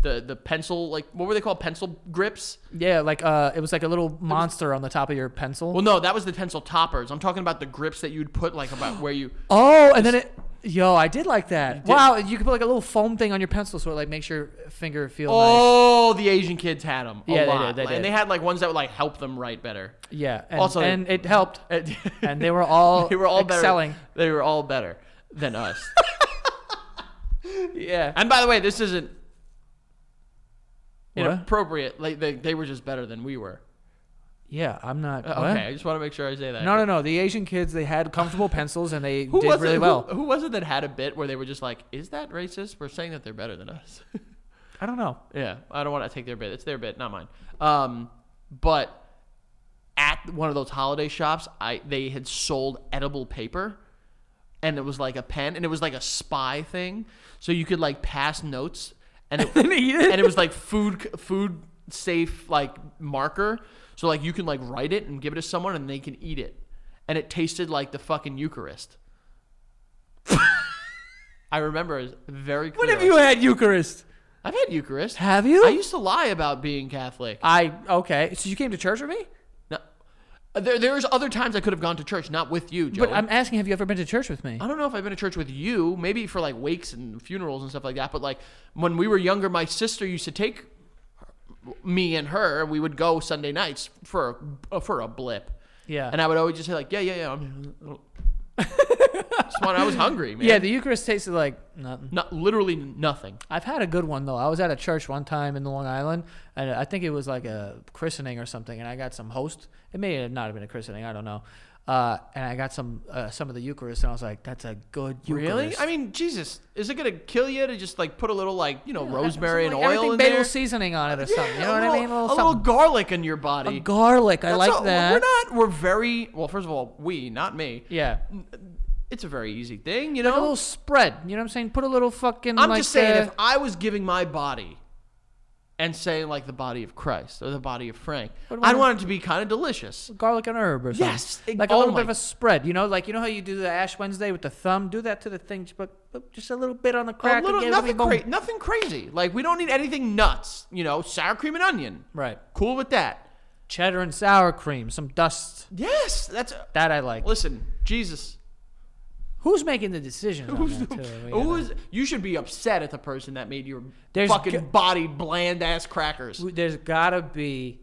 Speaker 3: the the pencil like what were they called pencil grips?
Speaker 2: Yeah, like uh, it was like a little monster on the top of your pencil.
Speaker 3: Well, no, that was the pencil toppers. I'm talking about the grips that you'd put like about where you.
Speaker 2: oh, and then it. Yo, I did like that. Wow, you could put like a little foam thing on your pencil so it like makes your finger feel nice.
Speaker 3: Oh, the Asian kids had them.
Speaker 2: Yeah,
Speaker 3: a
Speaker 2: they
Speaker 3: lot.
Speaker 2: did, they
Speaker 3: And
Speaker 2: did.
Speaker 3: they had like ones that would like help them write better.
Speaker 2: Yeah, and,
Speaker 3: Also-
Speaker 2: and it helped.
Speaker 3: And-
Speaker 2: and they were all
Speaker 3: they were all better.
Speaker 2: excelling.
Speaker 3: They were all better than us.
Speaker 2: Yeah.
Speaker 3: and by the way, this isn't
Speaker 2: What?
Speaker 3: inappropriate. Like they, they were just better than we were.
Speaker 2: Yeah, I'm not.
Speaker 3: Uh,
Speaker 2: what?
Speaker 3: Okay, I just want to make sure I say that.
Speaker 2: No, no, no. The Asian kids they had comfortable pencils and they
Speaker 3: Who
Speaker 2: did
Speaker 3: was
Speaker 2: really
Speaker 3: it,
Speaker 2: well.
Speaker 3: Who, who was it that had a bit where they were just like, "Is that racist? We're saying that they're better than us."
Speaker 2: I don't know.
Speaker 3: Yeah, I don't want to take their bit. It's their bit, not mine. Um, but at one of those holiday shops, I they had sold edible paper, and it was like a pen, and it was like a spy thing, so you could like pass notes, and it,
Speaker 2: Then eat it?
Speaker 3: and it was like food food safe like marker, so like you can like write it and give it to someone, and they can eat it, and it tasted like the fucking Eucharist. I remember it was very. Clear.
Speaker 2: When have you had Eucharist?
Speaker 3: I've had Eucharist.
Speaker 2: Have you?
Speaker 3: I used to lie about being Catholic.
Speaker 2: I okay. So you came to church with me?
Speaker 3: No, there, there's other times I could have gone to church, not with you, Joey.
Speaker 2: But I'm asking, have you ever been to church with me?
Speaker 3: I don't know if I've been to church with you, maybe for like wakes and funerals and stuff like that. But like when we were younger, my sister used to take me and her, and we would go Sunday nights for a, for a blip.
Speaker 2: Yeah.
Speaker 3: And I would always just say like, yeah, yeah, yeah. I'm, Just when I was hungry, man.
Speaker 2: yeah, the Eucharist tasted like nothing.
Speaker 3: not literally nothing.
Speaker 2: I've had a good one though. I was at a church one time in Long Island, and I think it was like a christening or something, and I got some host. It may have not have been a christening. I don't know. uh, and I got some uh, some of the Eucharist, and I was like, "That's a good Eucharist."
Speaker 3: Really? I mean, Jesus, is it gonna kill you to just like put a little like you know rosemary and
Speaker 2: Something like
Speaker 3: oil
Speaker 2: everything
Speaker 3: in
Speaker 2: basil
Speaker 3: there?
Speaker 2: seasoning on it or something.
Speaker 3: Yeah,
Speaker 2: you know
Speaker 3: a
Speaker 2: what I
Speaker 3: little-
Speaker 2: mean?
Speaker 3: A
Speaker 2: little,
Speaker 3: little
Speaker 2: something.
Speaker 3: garlic in your body.
Speaker 2: garlic. I
Speaker 3: That's
Speaker 2: like
Speaker 3: all-
Speaker 2: that.
Speaker 3: We're not. We're very well. First of all, we, not me.
Speaker 2: yeah.
Speaker 3: It's a very easy thing, you
Speaker 2: Like a
Speaker 3: know.
Speaker 2: little spread. You know what I'm saying? Put a little fucking.
Speaker 3: I'm
Speaker 2: like,
Speaker 3: just saying,
Speaker 2: uh,
Speaker 3: if I was giving my body and saying like the body of Christ or the body of Frank,
Speaker 2: What about
Speaker 3: I'd
Speaker 2: a-
Speaker 3: want it to be kind of delicious.
Speaker 2: garlic and herb or something.
Speaker 3: Yes, it-
Speaker 2: like a
Speaker 3: oh
Speaker 2: little
Speaker 3: my-
Speaker 2: bit of a spread. You know, like you know how you do the Ash Wednesday with the thumb. Do that to the thing, but, but just a little bit on the crack.
Speaker 3: a little,
Speaker 2: give it
Speaker 3: nothing,
Speaker 2: a boom.
Speaker 3: cra- nothing crazy. Like we don't need anything nuts. You know, sour cream and onion.
Speaker 2: Right.
Speaker 3: Cool with that.
Speaker 2: Cheddar and sour cream, some dust.
Speaker 3: Yes, that's.
Speaker 2: That I like.
Speaker 3: Listen, Jesus.
Speaker 2: Who's making the decisions? on that, too? We gotta-
Speaker 3: Who is? You should be upset at the person that made your
Speaker 2: There's
Speaker 3: fucking
Speaker 2: g-
Speaker 3: body bland ass crackers.
Speaker 2: There's gotta be.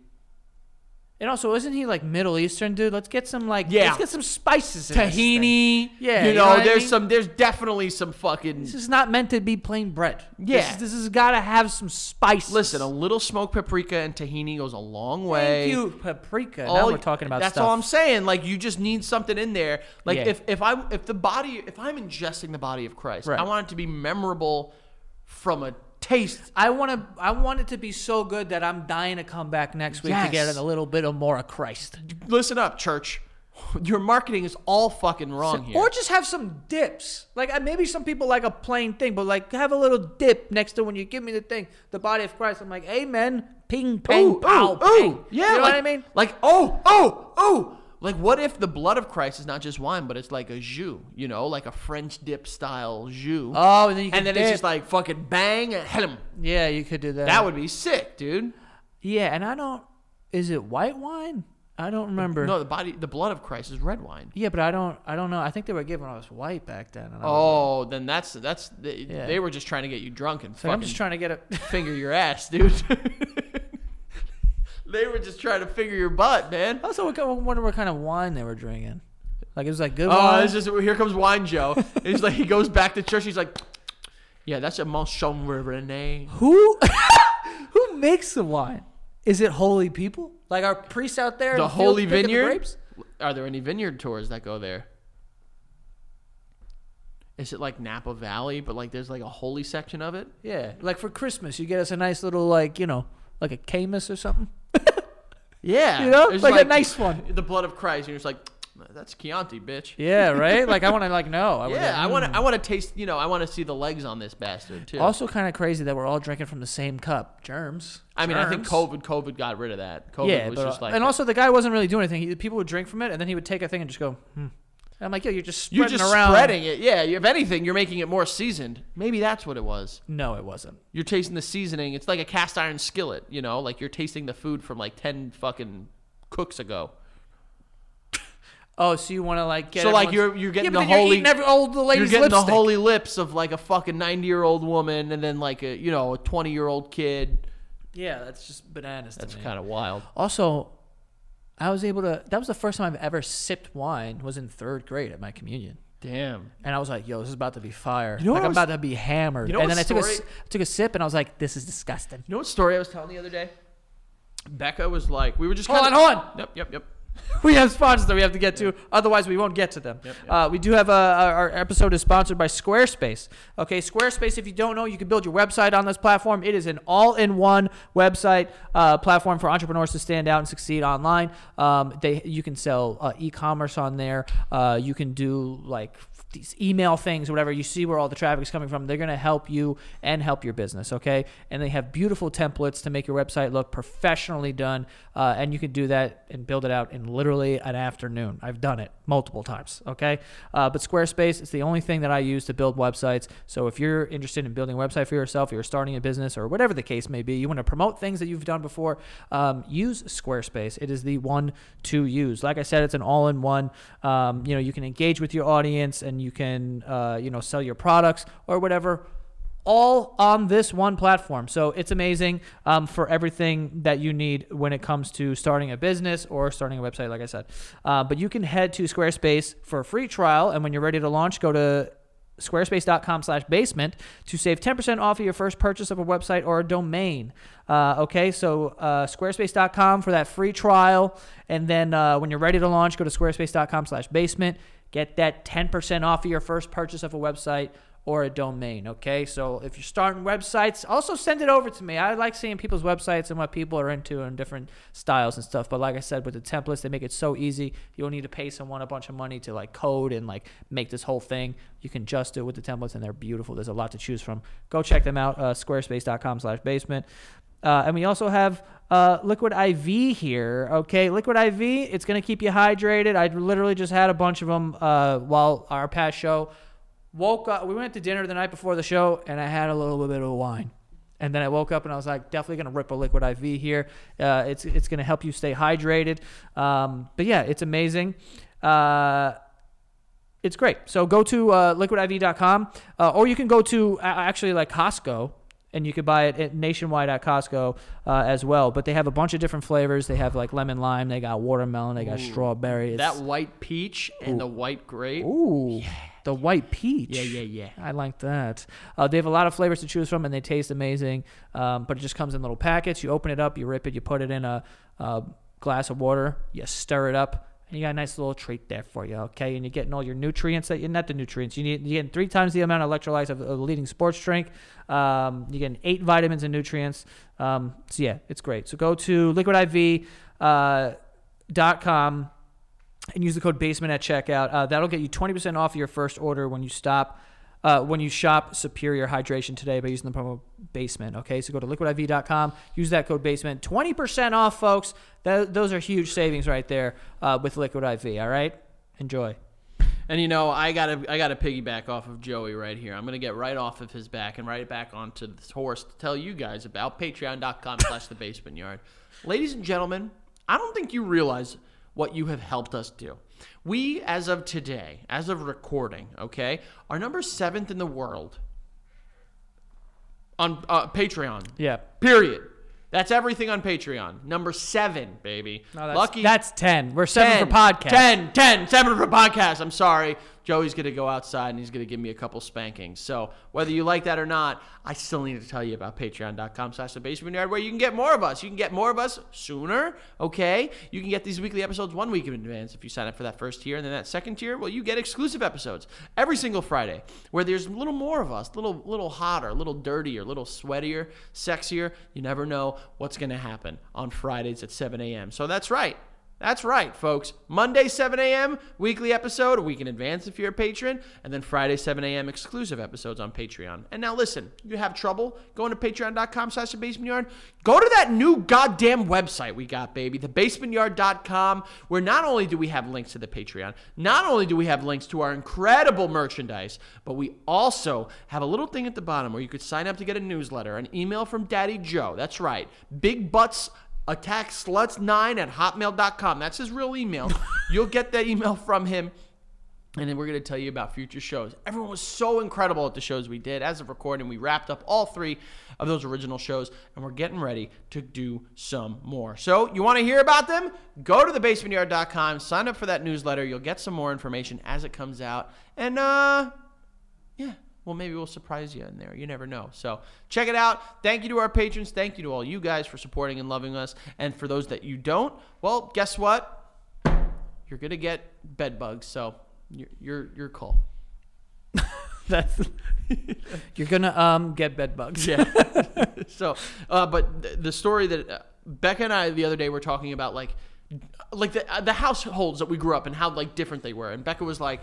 Speaker 2: And also, isn't he like Middle Eastern dude? Let's get some like
Speaker 3: Yeah.
Speaker 2: let's get some spices. In this thing.
Speaker 3: Tahini.
Speaker 2: Yeah,
Speaker 3: You
Speaker 2: you know
Speaker 3: know,
Speaker 2: what I
Speaker 3: there's
Speaker 2: mean?
Speaker 3: some. There's definitely some fucking.
Speaker 2: This is not meant to be plain bread.
Speaker 3: Yeah.
Speaker 2: this, is- this has got to have some spice.
Speaker 3: Listen, a little smoked paprika and tahini goes a long way.
Speaker 2: thank you, paprika. now
Speaker 3: All-
Speaker 2: we're talking about
Speaker 3: that's
Speaker 2: stuff.
Speaker 3: all I'm saying. Like you just need something in there. Like
Speaker 2: Yeah.
Speaker 3: if if I am if the body if I'm ingesting the body of Christ,
Speaker 2: Right.
Speaker 3: I want it to be memorable from a taste.
Speaker 2: I want to. I want it to be so good that I'm dying to come back next week to
Speaker 3: Yes.
Speaker 2: get a little bit of more of Christ,
Speaker 3: Listen up, church. Your marketing is all fucking wrong here.
Speaker 2: or just have some dips. Like I- maybe some people like a plain thing, but like have a little dip next to when you give me the thing, the body of Christ. I'm like, Amen. Ping, ping,
Speaker 3: Ooh,
Speaker 2: pow,
Speaker 3: ooh,
Speaker 2: ping.
Speaker 3: ooh. Yeah,
Speaker 2: you know
Speaker 3: like,
Speaker 2: what I mean.
Speaker 3: Like, oh, oh, oh. Like, what if the blood of Christ is not just wine, but it's like a jus, you know, like a French dip style jus.
Speaker 2: Oh, and then you can
Speaker 3: and then
Speaker 2: dip.
Speaker 3: it's just like fucking bang and hit 'em.
Speaker 2: yeah, you could do that.
Speaker 3: That would be sick, dude.
Speaker 2: yeah, and I don't. Is it white wine? I don't remember.
Speaker 3: No, the body, the blood of Christ is red wine.
Speaker 2: Yeah, but I don't. I don't know. I think they were giving us white back then. And I was
Speaker 3: Oh, then that's that's they, they were just trying to get you drunk and
Speaker 2: like,
Speaker 3: fucking
Speaker 2: I'm just trying to get a.
Speaker 3: finger your ass, dude. they were just trying to finger your butt, man.
Speaker 2: Also, I kinda wonder what kind of wine they were drinking. Like it was like good
Speaker 3: Oh,
Speaker 2: wine.
Speaker 3: this is here comes Wine Joe. He's like he goes back to church. He's like, yeah, that's a Monchon Rene.
Speaker 2: who who makes the wine? Is it holy people? Like our priests out there? in
Speaker 3: The
Speaker 2: fields
Speaker 3: Holy
Speaker 2: picking the
Speaker 3: Vineyard.
Speaker 2: grapes?
Speaker 3: Are there any vineyard tours that go there? Is it like Napa Valley, but like there's like a holy section of it?
Speaker 2: Yeah. Like for Christmas, you get us a nice little like you know like a camus or something.
Speaker 3: Yeah,
Speaker 2: You know,
Speaker 3: There's,
Speaker 2: like a nice one.
Speaker 3: The blood of Christ. And you're just like, that's Chianti, bitch.
Speaker 2: Yeah. Right. like I want to like know. I
Speaker 3: Yeah, I want to. I want to taste. You know, I want to see the legs on this bastard too.
Speaker 2: Also, kind of crazy that we're all drinking from the same cup. Germs.
Speaker 3: I mean, I think
Speaker 2: Germs.
Speaker 3: COVID, COVID got rid of that. COVID
Speaker 2: Yeah,
Speaker 3: Oh, was
Speaker 2: but,
Speaker 3: just like,
Speaker 2: and also the guy wasn't really doing anything. He, people would drink from it, and then he would take a thing and just go. Hmm. And I'm like, yo, you're just spreading
Speaker 3: you're just
Speaker 2: around.
Speaker 3: spreading it. Yeah, you- if anything, you're making it more seasoned. Maybe that's what it was.
Speaker 2: No, it wasn't.
Speaker 3: You're tasting the seasoning. It's like a cast iron skillet. You know, like you're tasting the food from like ten fucking cooks ago.
Speaker 2: Oh, so you want to like get
Speaker 3: So, like,
Speaker 2: everyone's-
Speaker 3: you're- you're getting
Speaker 2: yeah, but
Speaker 3: the
Speaker 2: then
Speaker 3: holy-
Speaker 2: you're eating every old the
Speaker 3: You're
Speaker 2: lady's
Speaker 3: getting
Speaker 2: lipstick.
Speaker 3: the holy lips of like a fucking ninety year old woman, and then like a you know a twenty year old kid.
Speaker 2: yeah, that's just bananas.
Speaker 3: That's
Speaker 2: to me.
Speaker 3: kind of wild.
Speaker 2: also. I was able to. That was the first time I've ever sipped wine. Was in third grade at my communion,
Speaker 3: Damn.
Speaker 2: and I was like, "Yo, this is about to be fire!
Speaker 3: know what
Speaker 2: like I'm
Speaker 3: I was-
Speaker 2: about to be hammered."
Speaker 3: You know
Speaker 2: and
Speaker 3: what
Speaker 2: then I took a,
Speaker 3: story-
Speaker 2: s- I took a sip, and I was like, "This is disgusting."
Speaker 3: You know what story I was telling the other day? Becca was like, we were just
Speaker 2: Hold
Speaker 3: kinda-
Speaker 2: on, hold on.
Speaker 3: Yep, yep, yep.
Speaker 2: we have sponsors that we have to get to. Otherwise, we won't get to them.
Speaker 3: Yep, yep.
Speaker 2: Uh, we do have a, our our episode is sponsored by Squarespace. Okay, Squarespace. If you don't know, you can build your website on this platform. It is an all-in-one website uh, platform for entrepreneurs to stand out and succeed online. Um, they you can sell uh, e-commerce on there. Uh, you can do like these email things, whatever. You see where all the traffic is coming from. They're going to help you and help your business, okay? And they have beautiful templates to make your website look professionally done. Uh, and you can do that and build it out in literally an afternoon. I've done it multiple times, okay? Uh, but Squarespace is the only thing that I use to build websites. So if you're interested in building a website for yourself, you're starting a business, or whatever the case may be, you want to promote things that you've done before, um, use Squarespace. It is the one to use. Like I said, it's an all-in-one. Um, you know, you can engage with your audience and you can, uh, you know, sell your products or whatever. All on this one platform. So it's amazing um, for everything that you need when it comes to starting a business or starting a website, like I said. Uh, but you can head to Squarespace for a free trial. And when you're ready to launch, go to squarespace.com slash basement to save 10% off of your first purchase of a website or a domain uh, okay so uh, squarespace.com for that free trial and then uh, when you're ready to launch go to squarespace.com slash basement get that 10% off of your first purchase of a website or a domain okay so if you're starting websites also send it over to me i like seeing people's websites and what people are into and different styles and stuff but like i said with the templates they make it so easy you don't need to pay someone a bunch of money to like code and like make this whole thing you can just do it with the templates and they're beautiful there's a lot to choose from go check them out uh, squarespace.com slash basement uh, and we also have uh, Liquid IV here. Okay, Liquid IV, it's going to keep you hydrated. I literally just had a bunch of them uh, while our past show. Woke up, we went to dinner the night before the show, and I had a little bit of wine. And then I woke up and I was like, definitely going to rip a Liquid IV here. Uh, it's it's going to help you stay hydrated. Um, but yeah, it's amazing. Uh, it's great. So go to uh, liquidiv.com, uh, or you can go to uh, actually like Costco, and you could buy it at nationwide at Costco uh, as well. But they have a bunch of different flavors. They have like lemon lime, they got watermelon, they got strawberry. It's,
Speaker 3: That white peach and the white grape.
Speaker 2: ooh, the white peach.
Speaker 3: Yeah, yeah, yeah.
Speaker 2: I like that. Uh, they have a lot of flavors to choose from, and they taste amazing. Um, but it just comes in little packets. You open it up, you rip it, you put it in a, a glass of water, you stir it up, and you got a nice little treat there for you. Okay, and you're getting all your nutrients that you not the nutrients you need. You're getting three times the amount of electrolytes of a leading sports drink. Um, you're getting eight vitamins and nutrients. Um, so yeah, it's great. So go to liquidiv. Uh, dot com and use the code basement at checkout. Uh, that'll get you 20% off your first order when you stop. Uh, when you shop Superior Hydration today by using the promo basement, okay? So go to liquidiv.com, use that code basement. 20% off, folks. Tho- those are huge savings right there uh, with Liquid IV, all right? Enjoy.
Speaker 3: And you know, I gotta I gotta piggyback off of Joey right here. I'm gonna get right off of his back and right back onto this horse to tell you guys about patreon.com slash the basement yard. Ladies and gentlemen, I don't think you realize what you have helped us do. We, as of today, as of recording, okay, are number seventh in the world on uh, Patreon.
Speaker 2: Yeah.
Speaker 3: Period. That's everything on Patreon. Number seven, baby.
Speaker 2: No, that's,
Speaker 3: Lucky
Speaker 2: That's 10. We're 7 for podcast.
Speaker 3: 10, 10, 7 for podcast. I'm sorry. Joey's going to go outside and he's going to give me a couple spankings. So whether you like that or not, I still need to tell you about patreon.com slash the basement yard where you can get more of us. You can get more of us sooner, okay? You can get these weekly episodes one week in advance if you sign up for that first tier. And then that second tier, well, you get exclusive episodes every single Friday where there's a little more of us, little, little hotter, little dirtier, little sweatier, sexier. You never know what's going to happen on Fridays at 7 a.m. So that's right. That's right, folks. Monday, 7 a.m., weekly episode, a week in advance if you're a patron, and then Friday, 7 a.m., exclusive episodes on Patreon. And now listen, you have trouble going to patreon.com slash the basement yard? Go to that new goddamn website we got, baby, thebasementyard.com, where not only do we have links to the Patreon, not only do we have links to our incredible merchandise, but we also have a little thing at the bottom where you could sign up to get a newsletter, an email from Daddy Joe. That's right. Big Butts attack sluts9 at hotmail.com. That's his real email. You'll get that email from him. And then we're going to tell you about future shows. Everyone was so incredible at the shows we did. As of recording, we wrapped up all three of those original shows, and we're getting ready to do some more. So, you want to hear about them? Go to thebasementyard.com, sign up for that newsletter. You'll get some more information as it comes out. And, uh, yeah. Well, maybe we'll surprise you in there. You never know. So check it out. Thank you to our patrons. Thank you to all you guys for supporting and loving us. And for those that you don't, well, guess what? You're gonna get bed bugs. So your your your call.
Speaker 2: That's, you're going to um, get bed bugs.
Speaker 3: Yeah. so, uh, but th- the story that uh, Becca and I the other day were talking about, like, like the uh, the households that we grew up in, how like different they were. And Becca was like,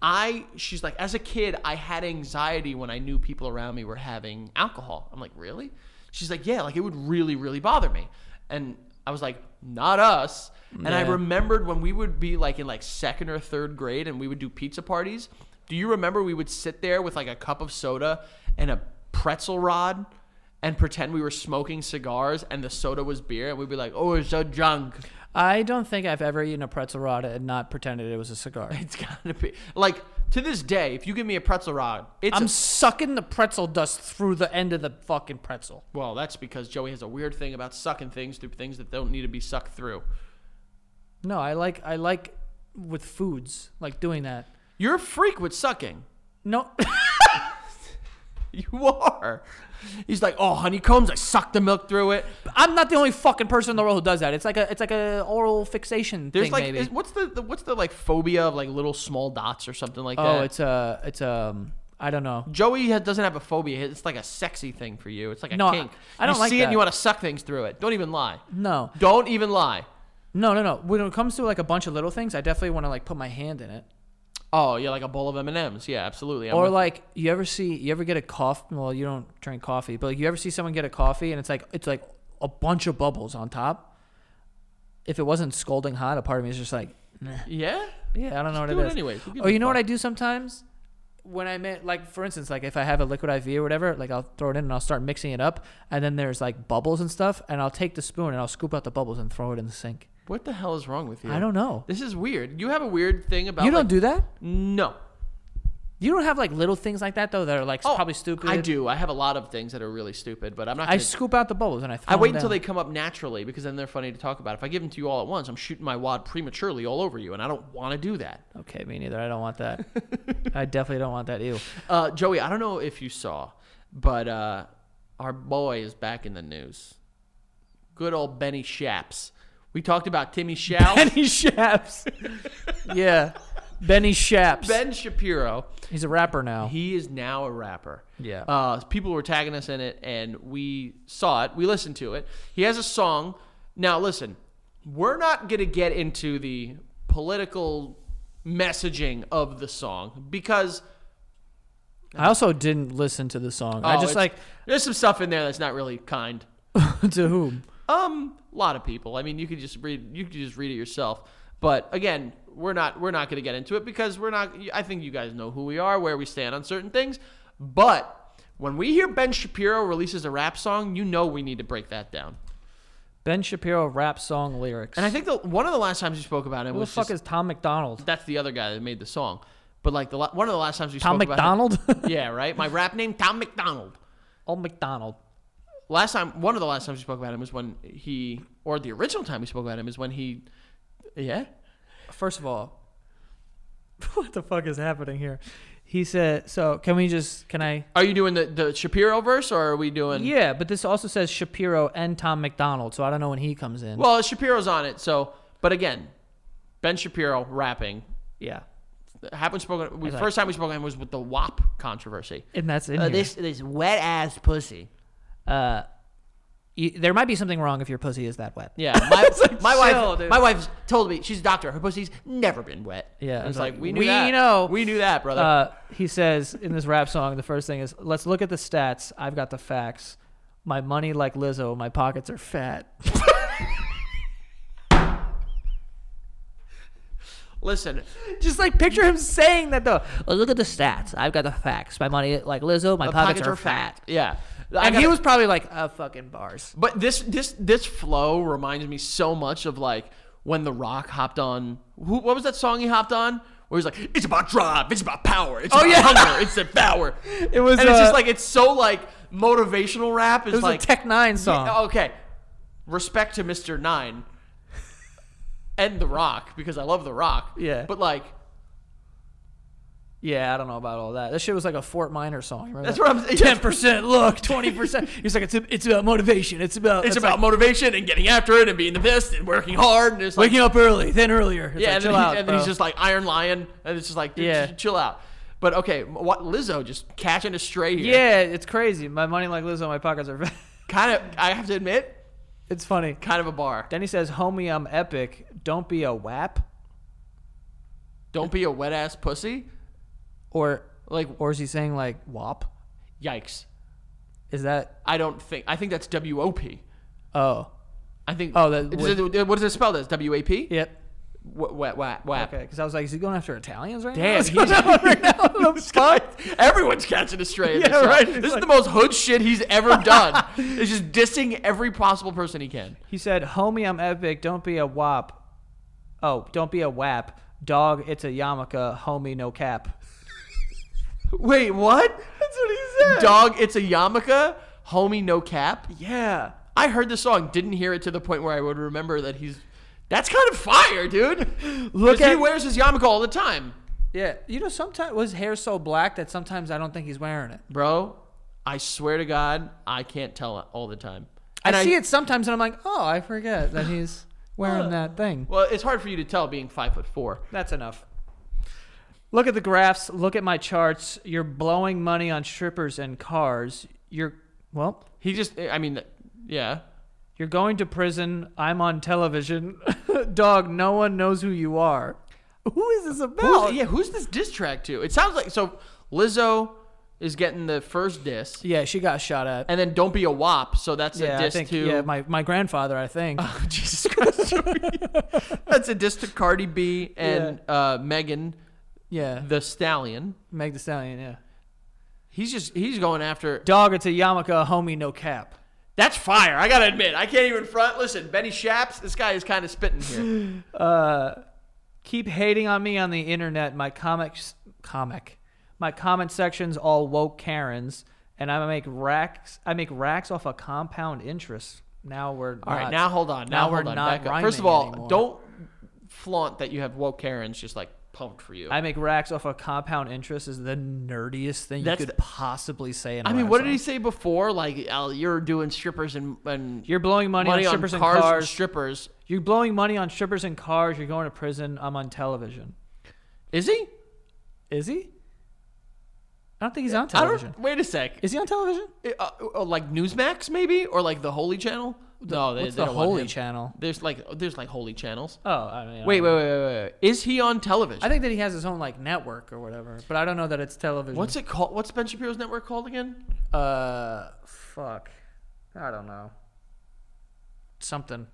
Speaker 3: I, she's like, as a kid, I had anxiety when I knew people around me were having alcohol. I'm like, really? She's like, yeah, like it would really, really bother me. And I was like, not us. And I
Speaker 2: Yeah.
Speaker 3: remembered when we would be like in like second or third grade and we would do pizza parties. Do you remember we would sit there with like a cup of soda and a pretzel rod and pretend we were smoking cigars and the soda was beer and we'd be like, oh, it's so drunk.
Speaker 2: I don't think I've ever eaten a pretzel rod and not pretended it was a cigar.
Speaker 3: It's gotta be like to this day, if you give me a pretzel rod, it's
Speaker 2: I'm
Speaker 3: a-
Speaker 2: sucking the pretzel dust through the end of the fucking pretzel.
Speaker 3: well, that's because Joey has a weird thing about sucking things through things that don't need to be sucked through.
Speaker 2: No, I like I like with foods like doing that.
Speaker 3: You're a freak with sucking.
Speaker 2: No.
Speaker 3: You are. He's like, oh, honeycombs. I suck the milk through it.
Speaker 2: I'm not the only fucking person in the world who does that. It's like a it's like a oral fixation
Speaker 3: There's
Speaker 2: thing.
Speaker 3: like,
Speaker 2: maybe.
Speaker 3: is- what's the, the what's the like phobia of like little small dots or something like that?
Speaker 2: oh, it's a it's a I don't know.
Speaker 3: Joey has, doesn't have a phobia. It's like a sexy thing for you. It's like a
Speaker 2: No, I-
Speaker 3: kink.
Speaker 2: I don't
Speaker 3: you
Speaker 2: like
Speaker 3: see it. and
Speaker 2: that.
Speaker 3: You want to suck things through it. Don't even lie.
Speaker 2: No,
Speaker 3: Don't even lie.
Speaker 2: no, no, no. When it comes to like a bunch of little things, I definitely want to like put my hand in it.
Speaker 3: Oh, yeah, like a bowl of M and M's. Yeah, absolutely. I'm
Speaker 2: Or
Speaker 3: with-
Speaker 2: like you ever see you ever get a cough? Well, you don't drink coffee, but like you ever see someone get a coffee and it's like it's like a bunch of bubbles on top. If it wasn't scalding hot, a part of me is just like, nah.
Speaker 3: yeah.
Speaker 2: yeah, I don't know what
Speaker 3: do
Speaker 2: it
Speaker 3: it
Speaker 2: is.
Speaker 3: anyways. Who gives
Speaker 2: Or
Speaker 3: a
Speaker 2: you know what
Speaker 3: fuck?
Speaker 2: I do sometimes when I am like for instance, like if I have a liquid IV or whatever, like I'll throw it in and I'll start mixing it up, and then there's like bubbles and stuff, and I'll take the spoon and I'll scoop out the bubbles and throw it in the sink.
Speaker 3: What the hell is wrong with you?
Speaker 2: I don't know.
Speaker 3: This is weird. You have a weird thing about
Speaker 2: You don't
Speaker 3: like- Mm.
Speaker 2: do that.
Speaker 3: no.
Speaker 2: You don't have like little things like that though that are like
Speaker 3: Oh,
Speaker 2: probably stupid.
Speaker 3: I do. I have a lot of things that are really stupid, but I'm not.
Speaker 2: I
Speaker 3: Gonna,
Speaker 2: scoop out the bubbles and I. Throw
Speaker 3: I wait
Speaker 2: them
Speaker 3: until
Speaker 2: down.
Speaker 3: they come up naturally because then they're funny to talk about. If I give them to you all at once, I'm shooting my wad prematurely all over you, and I don't want to do that.
Speaker 2: Okay, me neither. I don't want that. I definitely don't want that. Ew.
Speaker 3: Uh, Joey, I don't know if you saw, but uh, our boy is back in the news. Good old Benny Shaps. We talked about Timmy Shao.
Speaker 2: Benny Shaps. yeah, Benny Shaps.
Speaker 3: ben Shapiro.
Speaker 2: He's a rapper now.
Speaker 3: He is now a rapper.
Speaker 2: Yeah.
Speaker 3: Uh, people were tagging us in it, and we saw it. We listened to it. He has a song. Now, listen, we're not going to get into the political messaging of the song because
Speaker 2: I also didn't listen to the song. I
Speaker 3: oh,
Speaker 2: just
Speaker 3: it's-
Speaker 2: like
Speaker 3: there's some stuff in there that's not really kind.
Speaker 2: to whom?
Speaker 3: Um, a lot of people. I mean, you could just read. You could just read it yourself. But again, we're not. We're not going to get into it because we're not. I think you guys know who we are, where we stand on certain things. But when we hear Ben Shapiro releases a rap song, you know we need to break that down.
Speaker 2: Ben Shapiro rap song lyrics.
Speaker 3: And I think the one of the last times you spoke about it
Speaker 2: who the
Speaker 3: was
Speaker 2: fuck
Speaker 3: just-
Speaker 2: is Tom McDonald?
Speaker 3: that's the other guy that made the song. But like the la- one of the last times you
Speaker 2: Tom
Speaker 3: spoke
Speaker 2: McDonald?
Speaker 3: about it, yeah, right. My rap name Tom McDonald.
Speaker 2: Old McDonald.
Speaker 3: last time one of the last times we spoke about him was when he or the original time we spoke about him is when he yeah
Speaker 2: First of all, what the fuck is happening here? He said. So can we just? Can I?
Speaker 3: are you doing the, the shapiro verse or are we doing
Speaker 2: Yeah, but this also says Shapiro and Tom McDonald, so I don't know when he comes in.
Speaker 3: well shapiro's on it so but again ben shapiro rapping
Speaker 2: yeah,
Speaker 3: happened spoken we,
Speaker 2: It's like-
Speaker 3: first time we spoke to him was with the wap controversy
Speaker 2: and that's in
Speaker 3: Uh,
Speaker 2: here.
Speaker 3: this this wet ass pussy
Speaker 2: uh, you, there might be something wrong if your pussy is that wet.
Speaker 3: yeah my, my
Speaker 2: chill,
Speaker 3: wife
Speaker 2: dude.
Speaker 3: my wife's told me she's a doctor her pussy's never been wet
Speaker 2: Yeah,
Speaker 3: And
Speaker 2: it's
Speaker 3: it's like,
Speaker 2: like,
Speaker 3: we knew
Speaker 2: we
Speaker 3: that.
Speaker 2: know.
Speaker 3: we knew that brother
Speaker 2: Uh, he says in this rap song, the first thing is, "Let's look at the stats. I've got the facts. My money like Lizzo. My pockets are fat."
Speaker 3: listen
Speaker 2: Just like picture him saying that though. "Well, look at the stats. I've got the facts. My money like Lizzo. My pockets, are, fat.
Speaker 3: yeah I
Speaker 2: And he
Speaker 3: gotta-
Speaker 2: was probably like, "Uh, fucking bars."
Speaker 3: But this this this flow reminds me so much of like when The Rock hopped on. Who, what was that song he hopped on? Where he's like, "It's about drive, it's about power, it's about
Speaker 2: Oh, yeah.
Speaker 3: hunger, it's about power."
Speaker 2: It was,
Speaker 3: and it's
Speaker 2: uh,
Speaker 3: just like it's so like motivational rap. Is
Speaker 2: It was
Speaker 3: like oh,
Speaker 2: a Tech Nine song.
Speaker 3: okay, respect to Mister Nine and The Rock because I love The Rock.
Speaker 2: Yeah.
Speaker 3: but like
Speaker 2: Yeah, I don't know about all that. That shit was like a Fort Minor song. Remember
Speaker 3: that's
Speaker 2: that?
Speaker 3: what I'm. It's,
Speaker 2: Ten percent look, twenty percent. He's like, it's it's about motivation. It's about
Speaker 3: it's about motivation and getting after it and being the best and working hard and it's like
Speaker 2: waking up early, then earlier. It's
Speaker 3: Yeah,
Speaker 2: like,
Speaker 3: and,
Speaker 2: chill
Speaker 3: then, he-
Speaker 2: out,
Speaker 3: and then he's
Speaker 2: bro.
Speaker 3: just like Iron Lion, and it's just like, dude,
Speaker 2: Yeah.
Speaker 3: just chill out. But okay, what Lizzo just catching a stray here?
Speaker 2: yeah, it's crazy. My money like Lizzo, my pockets are. fat.
Speaker 3: kind of. I have to admit,
Speaker 2: it's funny.
Speaker 3: kind of a bar.
Speaker 2: Then he says, "Homie, I'm epic. Don't be a wap."
Speaker 3: Don't be a wet ass pussy.
Speaker 2: Or
Speaker 3: Like,
Speaker 2: or is he saying like wop?
Speaker 3: yikes!
Speaker 2: Is that
Speaker 3: I don't think. I think that's W O P.
Speaker 2: oh
Speaker 3: I think.
Speaker 2: Oh, that
Speaker 3: Does it- what does it spell? As W A P?
Speaker 2: yep
Speaker 3: Wet, wet, wet, wet.
Speaker 2: okay? Because I was like, is he going after Italians right
Speaker 3: Damn,
Speaker 2: now? What's going on right now? What the fuck?
Speaker 3: Everyone's catching a stray. in
Speaker 2: Yeah,
Speaker 3: this song.
Speaker 2: right.
Speaker 3: This
Speaker 2: It's
Speaker 3: is
Speaker 2: like-
Speaker 3: the most hood shit he's ever done. it's just dissing every possible person he can.
Speaker 2: He said, "Homie, I'm epic. Don't be a wop. Oh, don't be a wap. Dog, it's a yarmulke. Homie, no cap."
Speaker 3: Wait, what?
Speaker 2: That's what he said.
Speaker 3: Dog, it's a yarmulke. Homie, no cap.
Speaker 2: yeah.
Speaker 3: I heard the song, didn't hear it to the point where I would remember that he's. That's kind of fire, dude. 'Cause
Speaker 2: Look
Speaker 3: he
Speaker 2: at-
Speaker 3: wears his yarmulke all the time.
Speaker 2: Yeah, you know, sometimes was hair so black that sometimes I don't think he's wearing it.
Speaker 3: bro. I swear to God, I can't tell all the time.
Speaker 2: I see it sometimes, and I'm like, oh, I forget that he's wearing that thing.
Speaker 3: Well, it's hard for you to tell being five foot four.
Speaker 2: That's enough. Look at the graphs. Look at my charts. You're blowing money on strippers and cars. You're well.
Speaker 3: He just, I mean, yeah.
Speaker 2: You're going to prison. I'm on television. Dog, no one knows who you are. Who is this
Speaker 3: Who's,
Speaker 2: about?
Speaker 3: yeah, who's this diss track to? It sounds like so. Lizzo is getting the first diss,
Speaker 2: Yeah, she got shot at.
Speaker 3: and then "Don't be a wop." So that's
Speaker 2: yeah,
Speaker 3: a
Speaker 2: I
Speaker 3: diss
Speaker 2: think.
Speaker 3: to Oh,
Speaker 2: Yeah, my, my grandfather, I think.
Speaker 3: Jesus Christ. that's a diss to Cardi B and uh, Megan
Speaker 2: yeah,
Speaker 3: the Stallion.
Speaker 2: Meg the Stallion. Yeah,
Speaker 3: He's just he's going after.
Speaker 2: dog. It's a yarmulke, homie, no cap.
Speaker 3: That's fire. I gotta admit, I can't even front. Listen, Benny Shaps, this guy is kind of spitting here.
Speaker 2: Keep hating on me on the internet. My comics, comic, my comment sections all woke Karens, and I make racks. I make racks off a compound interest. Now we're
Speaker 3: All right, now hold on. Now,
Speaker 2: now we're
Speaker 3: hold on.
Speaker 2: not
Speaker 3: Back up. First of
Speaker 2: rhyming
Speaker 3: all,
Speaker 2: anymore.
Speaker 3: don't flaunt that you have woke Karens just like pumped for you.
Speaker 2: I make racks off a compound interest is the nerdiest thing
Speaker 3: That's
Speaker 2: you could
Speaker 3: the-
Speaker 2: possibly say. In a
Speaker 3: I mean,
Speaker 2: rap
Speaker 3: what did
Speaker 2: song.
Speaker 3: he say before? Like, oh, you're doing strippers and and
Speaker 2: You're blowing money,
Speaker 3: money
Speaker 2: on
Speaker 3: on
Speaker 2: strippers
Speaker 3: cars,
Speaker 2: and
Speaker 3: and
Speaker 2: cars.
Speaker 3: strippers.
Speaker 2: You're blowing money on strippers and cars. You're going to prison. I'm on television.
Speaker 3: Is he?
Speaker 2: Is he? I don't think he's on
Speaker 3: I
Speaker 2: television.
Speaker 3: don't. Wait a sec.
Speaker 2: Is he on television?
Speaker 3: uh, uh, like Newsmax maybe or like the Holy Channel. no, they,
Speaker 2: What's
Speaker 3: they
Speaker 2: the
Speaker 3: don't want
Speaker 2: Holy
Speaker 3: him.
Speaker 2: Channel?
Speaker 3: There's like there's like Holy Channels.
Speaker 2: Oh, I mean, I
Speaker 3: Wait,
Speaker 2: don't
Speaker 3: wait,
Speaker 2: know.
Speaker 3: wait, wait, wait. Is he on television?
Speaker 2: I think that he has his own like network or whatever, but I don't know that it's television.
Speaker 3: What's it called? What's Ben Shapiro's network called again?
Speaker 2: uh fuck? I don't know. Something.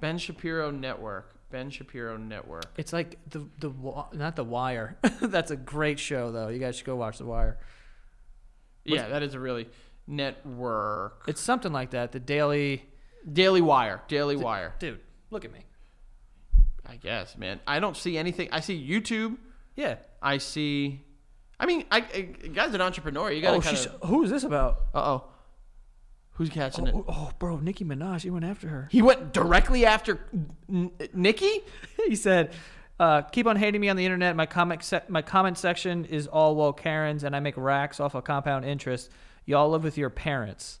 Speaker 3: Ben Shapiro Network. Ben Shapiro Network.
Speaker 2: It's like the the Wi- not the Wire. That's a great show though. You guys should go watch the Wire.
Speaker 3: yeah, that is a really network.
Speaker 2: It's something like that. The Daily.
Speaker 3: Daily Wire. Daily Wire.
Speaker 2: Dude, look at me.
Speaker 3: I guess, man. I don't see anything. I see YouTube.
Speaker 2: Yeah.
Speaker 3: I see. I mean, I, I guy's an entrepreneur. You gotta
Speaker 2: Oh,
Speaker 3: kind
Speaker 2: she's.
Speaker 3: of.
Speaker 2: Who is this about?
Speaker 3: Uh oh. Who's catching it?
Speaker 2: Oh, oh, bro, Nicki Minaj. He went after her.
Speaker 3: He went directly after N- Nikki.
Speaker 2: he said, uh, "Keep on hating me on the internet. My comic se- my comment section is all woke Karens, and I make racks off of compound interest. Y'all live with your parents."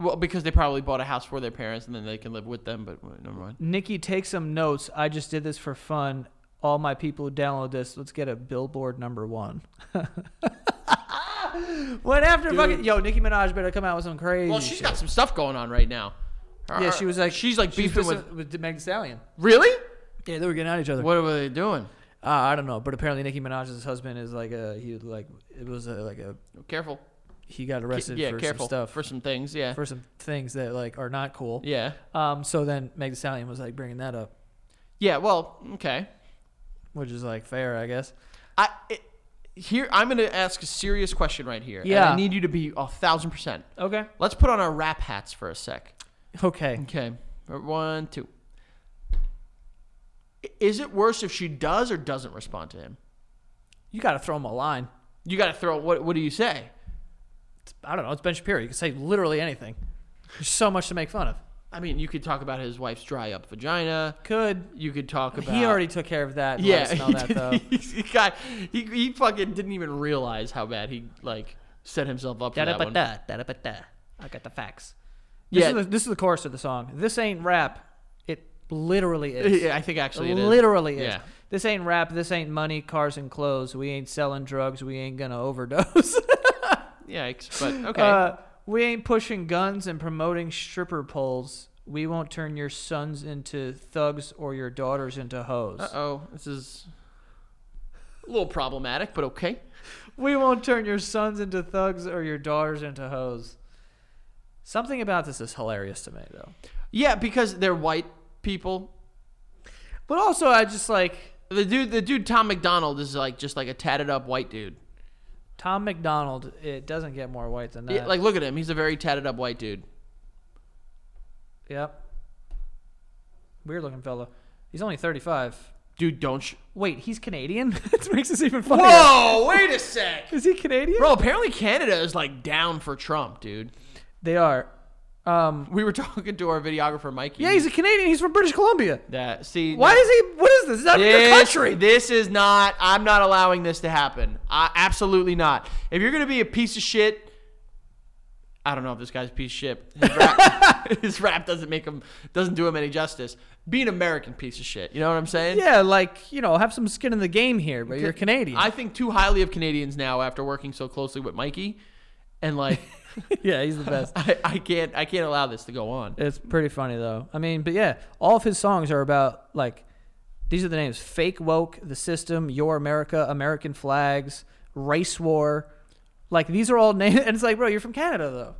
Speaker 3: Well, because they probably bought a house for their parents and then they can live with them. But well, never mind.
Speaker 2: Nikki, take some notes. I just did this for fun. All my people who download this, let's get a billboard number one. Went after fucking yo, Nicki Minaj better come out with some crazy.
Speaker 3: Well, she's
Speaker 2: shit.
Speaker 3: got some stuff going on right now. Her-
Speaker 2: yeah, she was like
Speaker 3: she's like
Speaker 2: she was
Speaker 3: beefing with.
Speaker 2: pissed with Meg Thee Stallion.
Speaker 3: Really?
Speaker 2: Yeah, they were getting at each other.
Speaker 3: What were they doing?
Speaker 2: Uh, I don't know, but apparently Nicki Minaj's husband is like a he like it was a, like a
Speaker 3: Careful.
Speaker 2: he got arrested
Speaker 3: yeah,
Speaker 2: for
Speaker 3: careful
Speaker 2: some stuff
Speaker 3: for some things. Yeah.
Speaker 2: for some things that like are not cool.
Speaker 3: yeah.
Speaker 2: Um. So then Meg Thee Stallion was like bringing that up,
Speaker 3: Yeah. Well, okay.
Speaker 2: which is like fair, I guess.
Speaker 3: I it, here I'm going to ask a serious question right here. and
Speaker 2: Yeah.
Speaker 3: I need you to be a thousand percent.
Speaker 2: Okay.
Speaker 3: Let's put on our rap hats for a sec.
Speaker 2: Okay.
Speaker 3: Okay. uh, One, two. I- Is it worse if she does or doesn't respond to him?
Speaker 2: You got to throw him a line.
Speaker 3: You got to throw. What What do you say?
Speaker 2: It's, I don't know. It's Ben Shapiro. You can say literally anything. There's so much to make fun of.
Speaker 3: I mean, you could talk about his wife's dry up vagina.
Speaker 2: Could
Speaker 3: You could talk about
Speaker 2: he already took care of that? and let
Speaker 3: Yeah,
Speaker 2: us know
Speaker 3: he,
Speaker 2: that,
Speaker 3: did,
Speaker 2: though.
Speaker 3: he, he got he, he fucking didn't even realize how bad he like set himself up for that one.
Speaker 2: Da-da-ba-da, da-da-ba-da. I got the facts. This
Speaker 3: Yeah.
Speaker 2: Is the, this is the chorus of the song. This ain't rap. It literally is.
Speaker 3: Yeah, I think actually it is.
Speaker 2: literally is.
Speaker 3: Yeah.
Speaker 2: This ain't rap. This ain't money, cars, and clothes. We ain't selling drugs. We ain't gonna overdose.
Speaker 3: Yikes! But okay,
Speaker 2: uh, we ain't pushing guns and promoting stripper poles. We won't turn your sons into thugs or your daughters into hoes.
Speaker 3: Uh oh, this is a little problematic, but okay.
Speaker 2: We won't turn your sons into thugs or your daughters into hoes. Something about this is hilarious to me, though.
Speaker 3: Yeah, because they're white people.
Speaker 2: But also, I just like
Speaker 3: The dude, the dude Tom McDonald is like just like a tatted up white dude.
Speaker 2: Tom McDonald. It doesn't get more white than that.
Speaker 3: Yeah, like, look at him. He's a very tatted up white dude.
Speaker 2: yep. Weird looking fella. He's only 35.
Speaker 3: Dude, don't. Sh-
Speaker 2: Wait, he's Canadian? that makes this even funnier.
Speaker 3: Whoa! wait a sec,
Speaker 2: Is he Canadian?
Speaker 3: bro. Apparently, Canada is like down for Trump, dude.
Speaker 2: They are. Um,
Speaker 3: We were talking to our videographer, Mikey.
Speaker 2: yeah, he's a Canadian. He's from British Columbia.
Speaker 3: that. See,
Speaker 2: Why is he? What is this? Is that
Speaker 3: this,
Speaker 2: your country?
Speaker 3: This is not. I'm not allowing this to happen. I, absolutely not. If you're gonna be a piece of shit, I don't know if this guy's a piece of shit. His rap, his rap doesn't make him doesn't do him any justice. Be an American piece of shit. You know what I'm saying?
Speaker 2: Yeah, like you know, have some skin in the game here, but you're Canadian.
Speaker 3: I think too highly of Canadians now after working so closely with Mikey, and like
Speaker 2: yeah, he's the best.
Speaker 3: I, I can't I can't allow this to go on.
Speaker 2: It's pretty funny though. I mean, but yeah, all of his songs are about like these are the names: fake woke, the system, your America, American flags, race war. Like these are all names, and it's like, bro, you're from Canada though.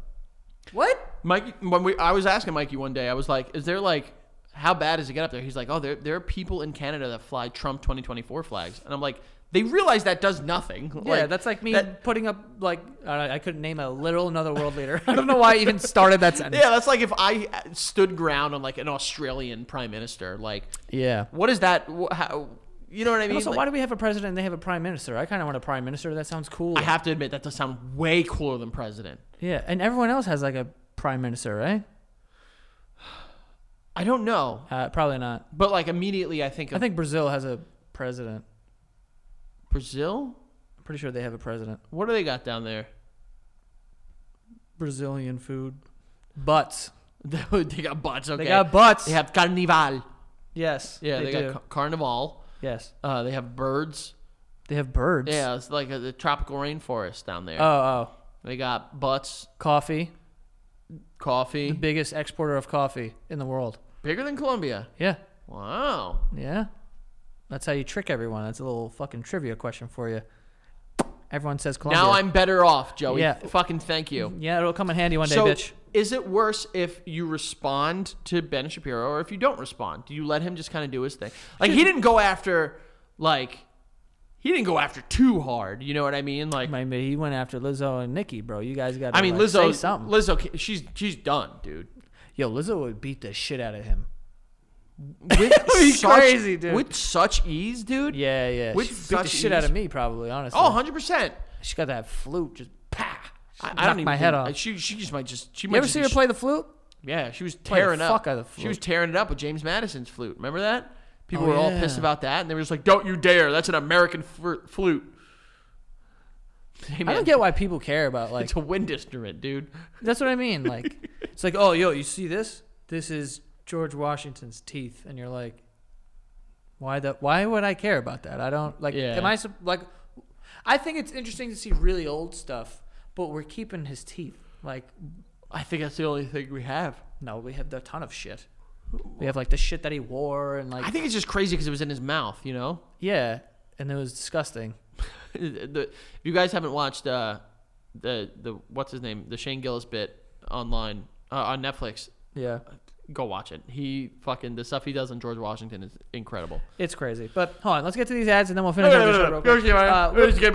Speaker 2: What?
Speaker 3: Mikey, when we I was asking Mikey one day, I was like, "Is there like how bad is it get up there?" He's like, "Oh, there there are people in Canada that fly Trump 2024 flags," and I'm like, "They realize that does nothing."
Speaker 2: Yeah,
Speaker 3: Like,
Speaker 2: that's like me
Speaker 3: that-
Speaker 2: putting up like I I couldn't name a literal another world leader. I don't know why I even started that sentence.
Speaker 3: yeah, that's like if I stood ground on like an Australian prime minister. Like,
Speaker 2: Yeah.
Speaker 3: what is that? wh- How, you know what I mean?
Speaker 2: Also,
Speaker 3: Like,
Speaker 2: why do we have a president and they have a prime minister? I kind of want a prime minister. That sounds cool.
Speaker 3: I have to admit that does sound way cooler than president.
Speaker 2: yeah, and everyone else has like a prime minister, right?
Speaker 3: I don't know,
Speaker 2: Uh, probably not.
Speaker 3: but like immediately I think of
Speaker 2: I think Brazil has a president.
Speaker 3: Brazil.
Speaker 2: I'm pretty sure they have a president.
Speaker 3: What do they got down there?
Speaker 2: Brazilian food. Butts.
Speaker 3: they got butts. Okay,
Speaker 2: They got butts.
Speaker 3: They have carnival.
Speaker 2: yes.
Speaker 3: Yeah, they,
Speaker 2: do.
Speaker 3: got ca- carnival.
Speaker 2: yes.
Speaker 3: Uh, they have birds.
Speaker 2: They have birds.
Speaker 3: Yeah, it's like a, the tropical rainforest down there.
Speaker 2: Oh, oh.
Speaker 3: they got butts,
Speaker 2: Coffee.
Speaker 3: coffee,
Speaker 2: The biggest exporter of coffee in the world.
Speaker 3: bigger than Colombia.
Speaker 2: Yeah.
Speaker 3: Wow.
Speaker 2: Yeah. That's how you trick everyone. That's a little fucking trivia question for you. Everyone says Colombia.
Speaker 3: Now I'm better off, Joey.
Speaker 2: Yeah.
Speaker 3: Fucking thank you.
Speaker 2: Yeah, it'll come in handy one day,
Speaker 3: so,
Speaker 2: bitch.
Speaker 3: is it worse if you respond to Ben Shapiro or if you don't respond? Do you let him just kind of do his thing? Like he didn't go after, like, he didn't go after too hard. You know what I mean? Like,
Speaker 2: I mean, he went after Lizzo and Nicki, bro. You guys got.
Speaker 3: I mean,
Speaker 2: like,
Speaker 3: Lizzo.
Speaker 2: say something.
Speaker 3: Lizzo, ca- she's she's done, dude.
Speaker 2: Yo, Lizzo would beat the shit out of him.
Speaker 3: With
Speaker 2: be
Speaker 3: such,
Speaker 2: crazy, dude.
Speaker 3: With such ease, dude.
Speaker 2: Yeah, yeah.
Speaker 3: With
Speaker 2: she beat the
Speaker 3: such
Speaker 2: shit out
Speaker 3: ease.
Speaker 2: of me, probably. Honestly.
Speaker 3: Oh, 100 percent.
Speaker 2: she got that flute just.
Speaker 3: I, I
Speaker 2: knocked
Speaker 3: don't even
Speaker 2: my head
Speaker 3: think-
Speaker 2: off.
Speaker 3: She she just might just she
Speaker 2: You
Speaker 3: might
Speaker 2: ever
Speaker 3: just
Speaker 2: see
Speaker 3: be
Speaker 2: her
Speaker 3: sh-
Speaker 2: play the flute?
Speaker 3: Yeah, she was
Speaker 2: the
Speaker 3: tearing up.
Speaker 2: fuck out of the
Speaker 3: She was
Speaker 2: flute.
Speaker 3: tearing it up with James Madison's flute. Remember that? People
Speaker 2: Oh,
Speaker 3: were all
Speaker 2: yeah.
Speaker 3: pissed about that, and they were just like, "Don't you dare! That's an American fr- flute." Hey,
Speaker 2: I
Speaker 3: man,
Speaker 2: don't get why people care about like.
Speaker 3: It's a wind instrument, dude.
Speaker 2: that's what I mean. Like, it's like, oh, yo, you see this? This is George Washington's teeth, and you're like, why the? Why would I care about that? I don't like.
Speaker 3: Yeah.
Speaker 2: Am I sup- like? I think it's interesting to see really old stuff, but we're keeping his teeth. Like,
Speaker 3: I think that's the only thing we have.
Speaker 2: No, we have a ton of shit. We have like the shit that he wore and
Speaker 3: I
Speaker 2: like
Speaker 3: think it's just crazy because it was in his mouth, you know.
Speaker 2: yeah, and it was disgusting.
Speaker 3: the, if you guys haven't watched uh, the the what's his name, the Shane Gillis bit online uh, on Netflix,
Speaker 2: Yeah,
Speaker 3: go watch it. He fucking the stuff he does on George Washington is incredible.
Speaker 2: it's crazy. But hold on, let's get to these ads and then we'll finish. up this show real quick.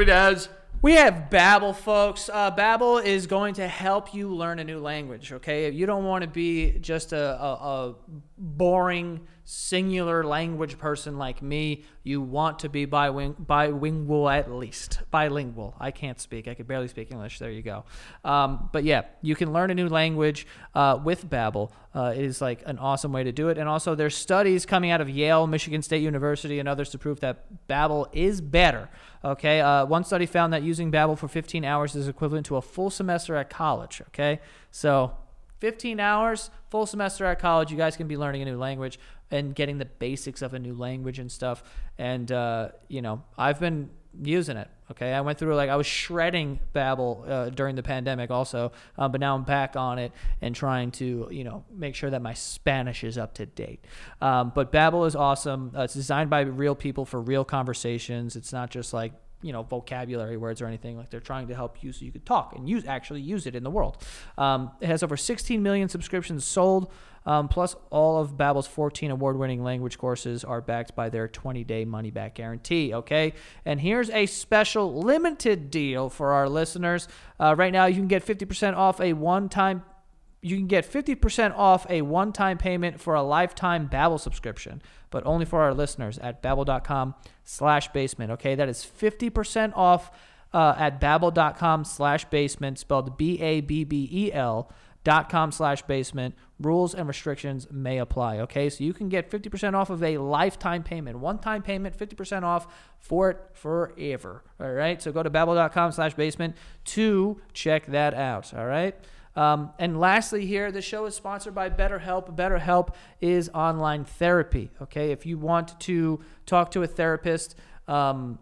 Speaker 2: Uh, we- we have Babbel, folks. Uh, Babbel is going to help you learn a new language. Okay, if you don't want to be just a, a, a boring singular language person like me, you want to be biwing, bilingual at least. Bilingual. I can't speak. I could barely speak English. There you go. Um, but yeah, you can learn a new language uh, with Babbel. Uh, it is like an awesome way to do it. And also, there's studies coming out of Yale, Michigan State University, and others to prove that Babbel is better. Okay, uh, one study found that using Babbel for 15 hours is equivalent to a full semester at college. Okay, so 15 hours, full semester at college, you guys can be learning a new language and getting the basics of a new language and stuff. And uh, you know, I've been using it. Okay, I went through like I was shredding Babbel uh, during the pandemic, also, uh, but now I'm back on it and trying to you know make sure that my Spanish is up to date. Um, but Babbel is awesome. Uh, it's designed by real people for real conversations. It's not just like you know vocabulary words or anything like they're trying to help you so you could talk and use actually use it in the world um, it has over 16 million subscriptions sold um, plus all of babbel's 14 award-winning language courses are backed by their 20-day money-back guarantee okay and here's a special limited deal for our listeners uh, right now you can get 50% off a one-time you can get 50% off a one-time payment for a lifetime Babbel subscription, but only for our listeners at babbel.com slash basement. Okay, that is 50% off uh, at babbel.com slash basement, spelled B-A-B-B-E-L, dot com slash basement rules and restrictions may apply okay so you can get 50% off of a lifetime payment one time payment 50% off for it forever all right so go to babbel.com slash basement to check that out all right um, and lastly, here, the show is sponsored by BetterHelp. BetterHelp is online therapy. Okay, if you want to talk to a therapist um,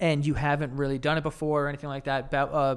Speaker 2: and you haven't really done it before or anything like that, Be- uh,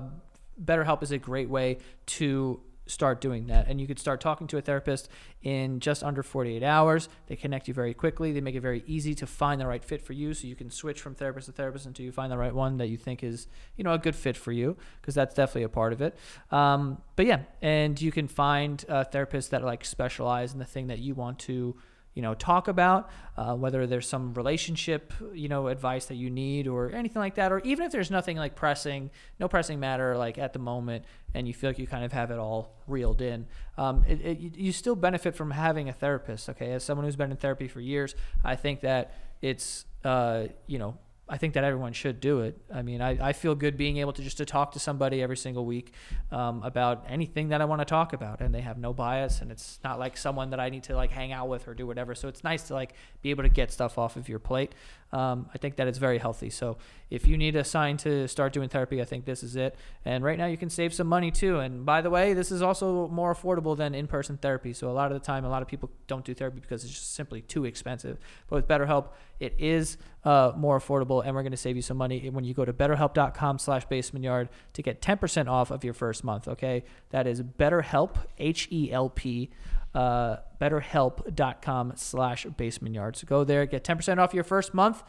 Speaker 2: BetterHelp is a great way to start doing that. And you could start talking to a therapist in just under 48 hours. They connect you very quickly. They make it very easy to find the right fit for you. So you can switch from therapist to therapist until you find the right one that you think is, you know, a good fit for you, because that's definitely a part of it. Um, but yeah, and you can find uh, therapists that like specialize in the thing that you want to you know talk about uh, whether there's some relationship you know advice that you need or anything like that or even if there's nothing like pressing no pressing matter like at the moment and you feel like you kind of have it all reeled in um, it, it, you- you still benefit from having a therapist okay as someone who's been in therapy for years i think that it's uh, you know I think that everyone should do it. I mean, I, I feel good being able to just to talk to somebody every single week um, about anything that I want to talk about, and they have no bias, and it's not like someone that I need to like hang out with or do whatever. So it's nice to like be able to get stuff off of your plate. Um, I think that it's very healthy. So if you need a sign to start doing therapy, I think this is it. And right now you can save some money too. And by the way, this is also more affordable than in-person therapy. So a lot of the time, a lot of people don't do therapy because it's just simply too expensive. But with BetterHelp, it is uh, more affordable, and we're going to save you some money when you go to betterhelp.com slash basementyard to get 10% off of your first month, okay? That is betterhelp, H-E-L-P, uh, betterhelp.com slash basementyard. So go there, get 10% off your first month,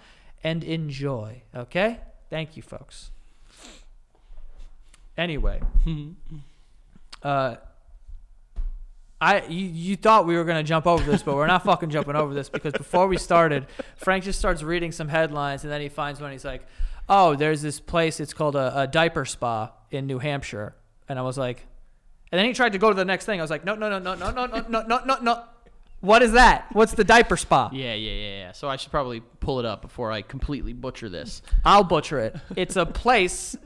Speaker 2: and enjoy, okay? Thank you, folks. Anyway, uh, I you, you thought we were gonna jump over this, but we're not fucking jumping over this because before we started, Frank just starts reading some headlines and then he finds one. He's like, "Oh, there's this place. It's called a, a diaper spa in New Hampshire," and I was like, and then he tried to go to the next thing. I was like, "No, no, no, no, no, no, no, no, no, no, no. What is that? What's the diaper spa?
Speaker 3: Yeah, yeah, yeah, yeah. So I should probably pull it up before I completely butcher this.
Speaker 2: I'll butcher it. It's a place,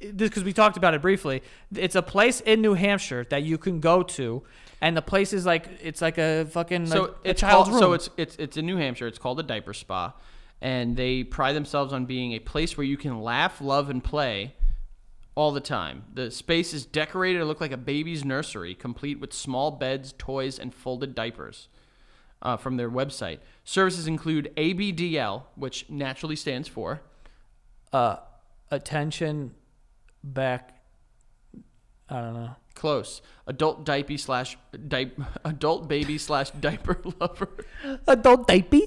Speaker 2: because we talked about it briefly. It's a place in New Hampshire that you can go to, and the place is like it's like a fucking
Speaker 3: So
Speaker 2: like,
Speaker 3: it's
Speaker 2: a child's
Speaker 3: called,
Speaker 2: room.
Speaker 3: so it's it's it's in New Hampshire. It's called a diaper spa, and they pride themselves on being a place where you can laugh, love, and play all the time. The space is decorated to look like a baby's nursery, complete with small beds, toys, and folded diapers. Uh, from their website, services include ABDL, which naturally stands for
Speaker 2: uh, attention back. I don't know.
Speaker 3: close adult diaper slash di- adult baby slash diaper lover.
Speaker 2: Adult diaper.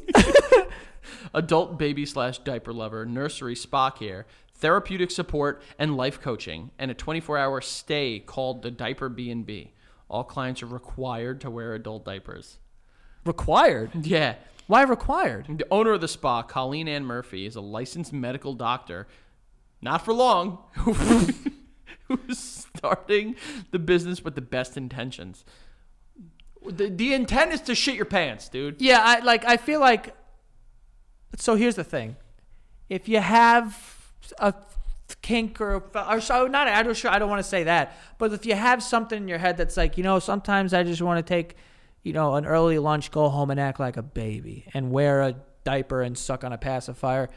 Speaker 3: adult baby slash diaper lover, nursery spa care, therapeutic support, and life coaching, and a 24-hour stay called the Diaper B&B. All clients are required to wear adult diapers.
Speaker 2: required.
Speaker 3: Yeah.
Speaker 2: Why required?
Speaker 3: The owner of the spa, Colleen Ann Murphy, is a licensed medical doctor, not for long, who's starting the business with the best intentions. The, the intent is to shit your pants, dude.
Speaker 2: Yeah, I like. I feel like. So here's the thing, if you have a kink or, or so, not I don't sure I don't want to say that, but if you have something in your head that's like, you know, sometimes I just want to take, you know, an early lunch, go home and act like a baby, and wear a diaper and suck on a pacifier.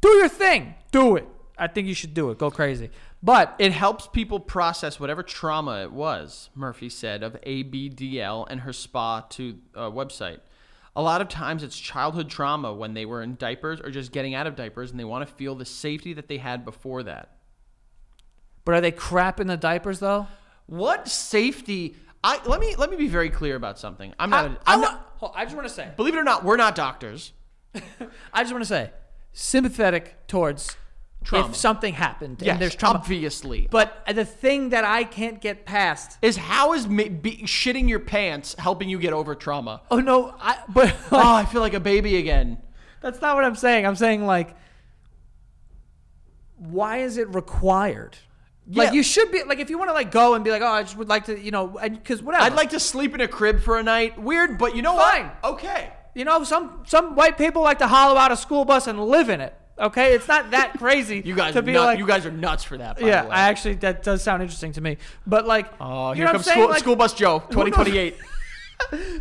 Speaker 2: Do your thing. Do it. I think you should do it. Go crazy. But
Speaker 3: It helps people process whatever trauma it was, Murphy said of ABDL and her spa to uh, website. A lot of times it's childhood trauma when they were in diapers or just getting out of diapers and they want to feel the safety that they had before that.
Speaker 2: but are they crap in the diapers though?
Speaker 3: What safety? I let me let me be very clear about something. I'm not. I,
Speaker 2: I
Speaker 3: am
Speaker 2: wa-
Speaker 3: not
Speaker 2: hold- I just want to say.
Speaker 3: believe it or not, we're not doctors.
Speaker 2: I just want to say, sympathetic towards
Speaker 3: Trauma.
Speaker 2: if something happened
Speaker 3: Yes,
Speaker 2: and there's trauma.
Speaker 3: obviously.
Speaker 2: But the thing that I can't get past.
Speaker 3: Is how is ma- be, shitting your pants helping you get over trauma?
Speaker 2: Oh no, I but
Speaker 3: Oh, I feel like a baby again.
Speaker 2: that's not what I'm saying. I'm saying like, why is it required? Like
Speaker 3: Yeah.
Speaker 2: you should be like if you want to like go and be like oh I just would like to you know because whatever
Speaker 3: I'd like to sleep in a crib for a night. Weird, but you know
Speaker 2: Fine.
Speaker 3: what? Okay.
Speaker 2: you know some some white people like to hollow out a school bus and live in it Okay, it's not that crazy.
Speaker 3: You guys,
Speaker 2: to
Speaker 3: are
Speaker 2: be
Speaker 3: nut-
Speaker 2: like,
Speaker 3: you guys are nuts for that. By
Speaker 2: yeah.
Speaker 3: the way.
Speaker 2: I actually that does sound interesting to me. But like,
Speaker 3: Oh,
Speaker 2: you
Speaker 3: here
Speaker 2: know what I'm
Speaker 3: comes
Speaker 2: saying?
Speaker 3: school,
Speaker 2: Like,
Speaker 3: school bus Joe, 2028.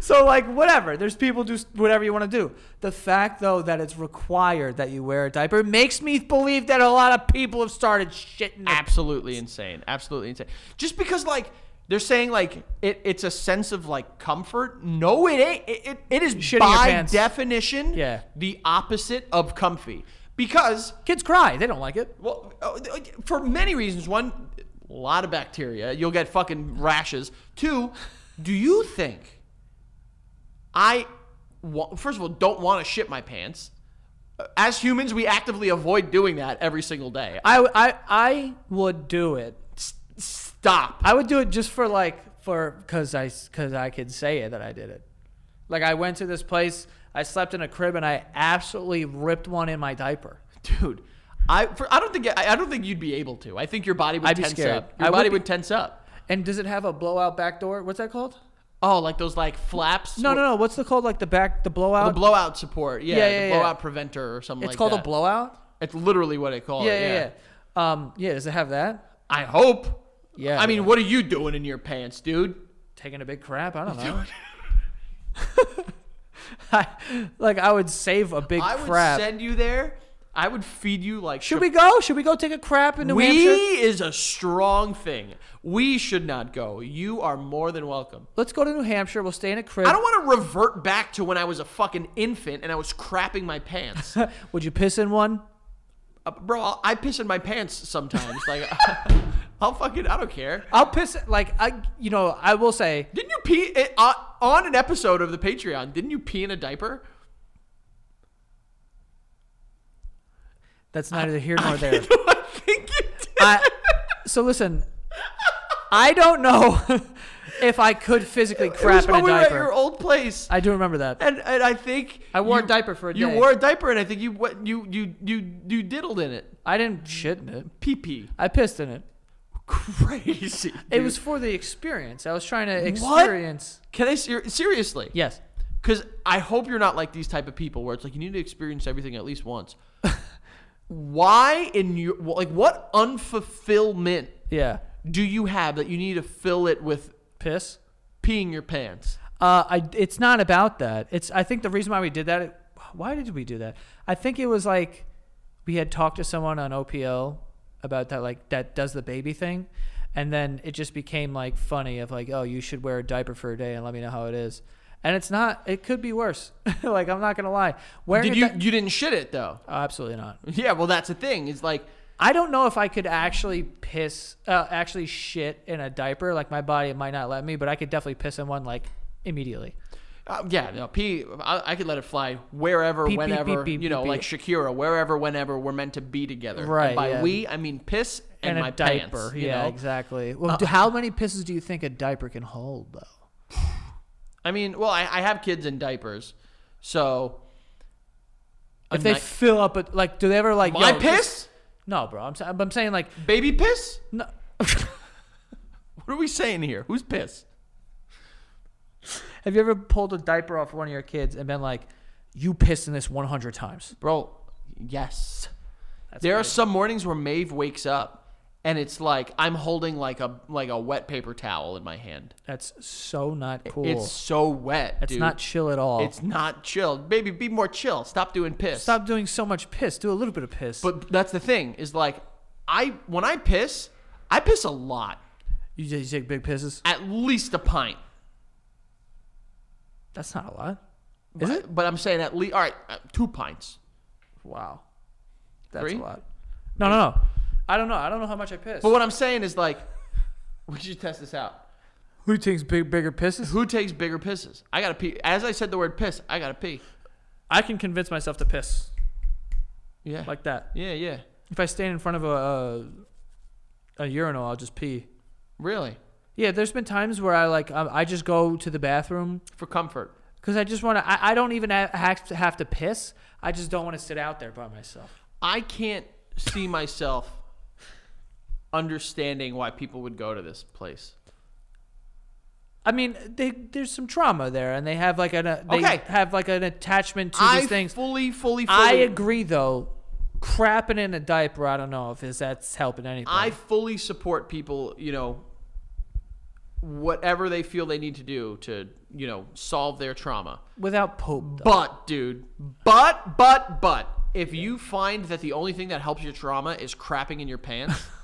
Speaker 2: So like whatever. There's people do s- whatever you want to do. The fact though that it's required that you wear a diaper makes me believe that a lot of people have started shitting. their-
Speaker 3: Absolutely insane. Absolutely insane. Just because like they're saying like it, it's a sense of like comfort. No, it ain't. It, it, it is
Speaker 2: Shitting your
Speaker 3: by
Speaker 2: pants.
Speaker 3: definition
Speaker 2: Yeah.
Speaker 3: the opposite of comfy because
Speaker 2: Kids cry. They don't like it.
Speaker 3: well, uh, for many reasons. One, a lot of bacteria. You'll get fucking rashes. Two, do you think I, wa- first of all, don't want to shit my pants? Uh, As humans, we actively avoid doing that every single day. I,
Speaker 2: I I I would do it.
Speaker 3: s- stop.
Speaker 2: I would do it just for like for cause I cause I could say it that I did it. Like I went to this place. I slept in a crib and I absolutely ripped one in my diaper.
Speaker 3: dude. I for, I don't think I, I don't think you'd be able to. I think your body would
Speaker 2: I'd be
Speaker 3: tense
Speaker 2: scared.
Speaker 3: up. Your
Speaker 2: I would
Speaker 3: body
Speaker 2: be-
Speaker 3: would tense up.
Speaker 2: And does it have a blowout back door? What's that called?
Speaker 3: Oh, like those like flaps.
Speaker 2: No, no, no. What's the called like the back the blowout?
Speaker 3: The blowout support. Yeah,
Speaker 2: Yeah,
Speaker 3: the
Speaker 2: yeah, yeah.
Speaker 3: blowout preventer or something.
Speaker 2: it's
Speaker 3: like
Speaker 2: called
Speaker 3: that.
Speaker 2: a blowout.
Speaker 3: It's literally what I call
Speaker 2: yeah,
Speaker 3: it.
Speaker 2: yeah, yeah. Um, yeah. Does it have that?
Speaker 3: I hope.
Speaker 2: Yeah,
Speaker 3: I mean,
Speaker 2: yeah.
Speaker 3: what are you doing in your pants, dude?
Speaker 2: Taking a big crap? I don't know. I- like I would save a big
Speaker 3: I would
Speaker 2: crap.
Speaker 3: send you there. I would feed you like.
Speaker 2: Should we go? Should we go take a crap in New
Speaker 3: We
Speaker 2: Hampshire?
Speaker 3: is a strong thing. We should not go. You are more than welcome.
Speaker 2: Let's go to New Hampshire. We'll stay in a crib.
Speaker 3: I don't want to revert back to when I was a fucking infant and I was crapping my pants.
Speaker 2: Would you piss in one?
Speaker 3: Uh, bro, I'll, I piss in my pants sometimes. like, I'll fucking, I don't care.
Speaker 2: I'll piss. Like I, you know, I will say
Speaker 3: Didn't you pee it, uh, on an episode of the Patreon? Didn't you pee in a diaper?
Speaker 2: that's neither here nor there.
Speaker 3: I think you did.
Speaker 2: I, so listen, I don't know if I could physically
Speaker 3: It
Speaker 2: crap
Speaker 3: was
Speaker 2: in a
Speaker 3: when we were at your
Speaker 2: diaper.
Speaker 3: old place,
Speaker 2: I do remember that.
Speaker 3: and and I think
Speaker 2: I wore a
Speaker 3: you-
Speaker 2: diaper for a
Speaker 3: You
Speaker 2: day.
Speaker 3: wore a diaper, and I think you what you you you you diddled in it.
Speaker 2: I didn't shit in it.
Speaker 3: Pee pee.
Speaker 2: I pissed in it.
Speaker 3: Crazy.
Speaker 2: It
Speaker 3: dude.
Speaker 2: was for the experience. I was trying to experience.
Speaker 3: Can I ser- seriously?
Speaker 2: Yes.
Speaker 3: Because I hope you're not like these type of people where it's like you need to experience everything at least once. Why in your like what unfulfillment
Speaker 2: Yeah.
Speaker 3: do you have that you need to fill it with
Speaker 2: Piss.
Speaker 3: peeing your pants?
Speaker 2: Uh, I, it's not about that. It's. I think the reason why we did that. Why did we do that? I think it was like we had talked to someone on OPL about that, like that does the baby thing, and then it just became like funny of like, oh, you should wear a diaper for a day and let me know how it is. And it's not. It could be worse. like I'm not gonna lie.
Speaker 3: Did
Speaker 2: Wearing a
Speaker 3: you
Speaker 2: di-
Speaker 3: you didn't shit it though?
Speaker 2: Oh, absolutely not.
Speaker 3: Yeah, well that's the thing. It's like
Speaker 2: I don't know if I could actually piss, uh, actually shit in a diaper. Like my body might not let me, but I could definitely piss in one like immediately.
Speaker 3: uh, yeah, no pee. I, I could let it fly wherever,
Speaker 2: Pee, pee,
Speaker 3: whenever.
Speaker 2: pee, pee,
Speaker 3: you know,
Speaker 2: pee,
Speaker 3: like Shakira, wherever, whenever we're meant to be together.
Speaker 2: Right,
Speaker 3: And by
Speaker 2: yeah.
Speaker 3: we, I mean piss and,
Speaker 2: in
Speaker 3: my
Speaker 2: a diaper.
Speaker 3: pants. You
Speaker 2: yeah,
Speaker 3: know? Uh,
Speaker 2: exactly. Well, do- how many pisses do you think a diaper can hold though?
Speaker 3: I mean, well, I, I have kids in diapers, so a
Speaker 2: If they
Speaker 3: ni-
Speaker 2: fill up, a, like, do they ever like
Speaker 3: my
Speaker 2: yo,
Speaker 3: piss,
Speaker 2: just- no, bro. I'm, sa- I'm saying like
Speaker 3: baby piss.
Speaker 2: no.
Speaker 3: What are we saying here? Who's piss?
Speaker 2: Have you ever pulled a diaper off one of your kids and been like, you pissed in this 100 times?
Speaker 3: Bro, yes. there are some mornings where Maeve wakes up and it's like I'm holding like a like a wet paper towel in my hand.
Speaker 2: That's so not cool.
Speaker 3: It's so wet,
Speaker 2: It's
Speaker 3: dude.
Speaker 2: not chill at all.
Speaker 3: It's not chill. Baby, be more chill. Stop doing piss.
Speaker 2: Stop doing so much piss. Do a little bit of piss.
Speaker 3: But that's the thing is like I when I piss, I piss a lot.
Speaker 2: you, just- you take big pisses.
Speaker 3: At least a pint.
Speaker 2: That's not a lot.
Speaker 3: Is but, it? But I'm saying at least all right, uh, two pints.
Speaker 2: Wow, that's
Speaker 3: Three?
Speaker 2: a lot. No, no, no. I don't know. I don't know how much I piss.
Speaker 3: But what I'm saying is like we should test this out.
Speaker 2: who takes big, bigger pisses?
Speaker 3: Who takes bigger pisses? I gotta pee. As I said the word piss, I gotta pee.
Speaker 2: I can convince myself to piss
Speaker 3: Yeah.
Speaker 2: like that.
Speaker 3: yeah, yeah.
Speaker 2: If I stand in front of a a, a urinal, I'll just pee.
Speaker 3: Really?
Speaker 2: Yeah, there's been times where I like um, I just go to the bathroom
Speaker 3: For comfort.
Speaker 2: because I just want to. I, I don't even ha- have to have to piss. I just don't want to sit out there by myself.
Speaker 3: I can't see myself understanding why people would go to this place.
Speaker 2: I mean, they, there's some trauma there, and they have like an uh, they
Speaker 3: Okay.
Speaker 2: have like an attachment to
Speaker 3: I
Speaker 2: these things.
Speaker 3: fully, fully, fully.
Speaker 2: I agree, though. crapping in a diaper, I don't know if is that's helping anything.
Speaker 3: I fully support people, you know, whatever they feel they need to do to, you know, solve their trauma.
Speaker 2: Without Pope, though.
Speaker 3: But, dude, but, but, but, if you find that the only thing that helps your trauma is crapping in your pants,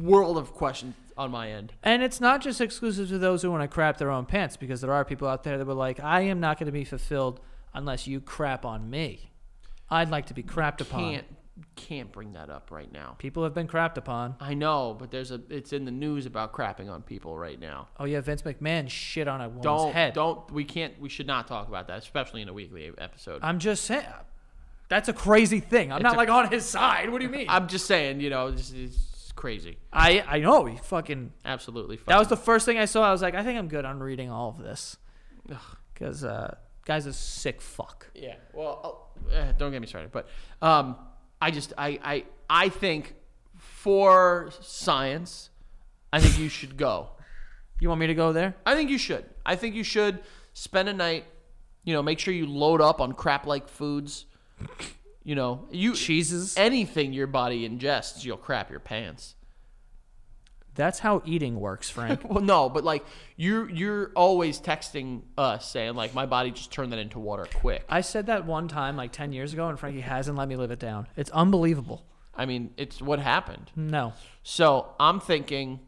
Speaker 3: world of questions on my end.
Speaker 2: and it's not just exclusive to those who want to crap their own pants because there are people out there that were like, I am not going to be fulfilled unless you crap on me. I'd like to be crapped upon.
Speaker 3: Can't can't bring that up right now.
Speaker 2: People have been crapped upon.
Speaker 3: I know, but there's a it's in the news about crapping on people right now.
Speaker 2: Oh yeah, Vince McMahon shit on a woman's
Speaker 3: Don't
Speaker 2: head.
Speaker 3: don't we can't we should not talk about that, especially in a weekly episode.
Speaker 2: I'm just saying, that's a crazy thing. I'm not
Speaker 3: a-
Speaker 2: like on his side. What do you mean?
Speaker 3: I'm just saying, you know, this is crazy.
Speaker 2: I I know he fucking.
Speaker 3: Absolutely. Fucking.
Speaker 2: That was the first thing I saw. I was like, I think I'm good on reading all of this because uh, guy's a sick fuck.
Speaker 3: Yeah. Well, I'll, eh, don't get me started. But um, I just I I I think for science, I think you should go.
Speaker 2: You want me to go there?
Speaker 3: I think you should. I think you should spend a night. You know, make sure you load up on crap like foods. You know, you
Speaker 2: Cheeses.
Speaker 3: anything your body ingests, you'll crap your pants.
Speaker 2: That's how eating works, Frank.
Speaker 3: Well, no, but like you're you're always texting us saying like my body just turned that into water quick.
Speaker 2: I said that one time like 10 years ago, and Frankie hasn't let me live it down. It's unbelievable.
Speaker 3: I mean, it's what happened.
Speaker 2: No.
Speaker 3: So I'm thinking,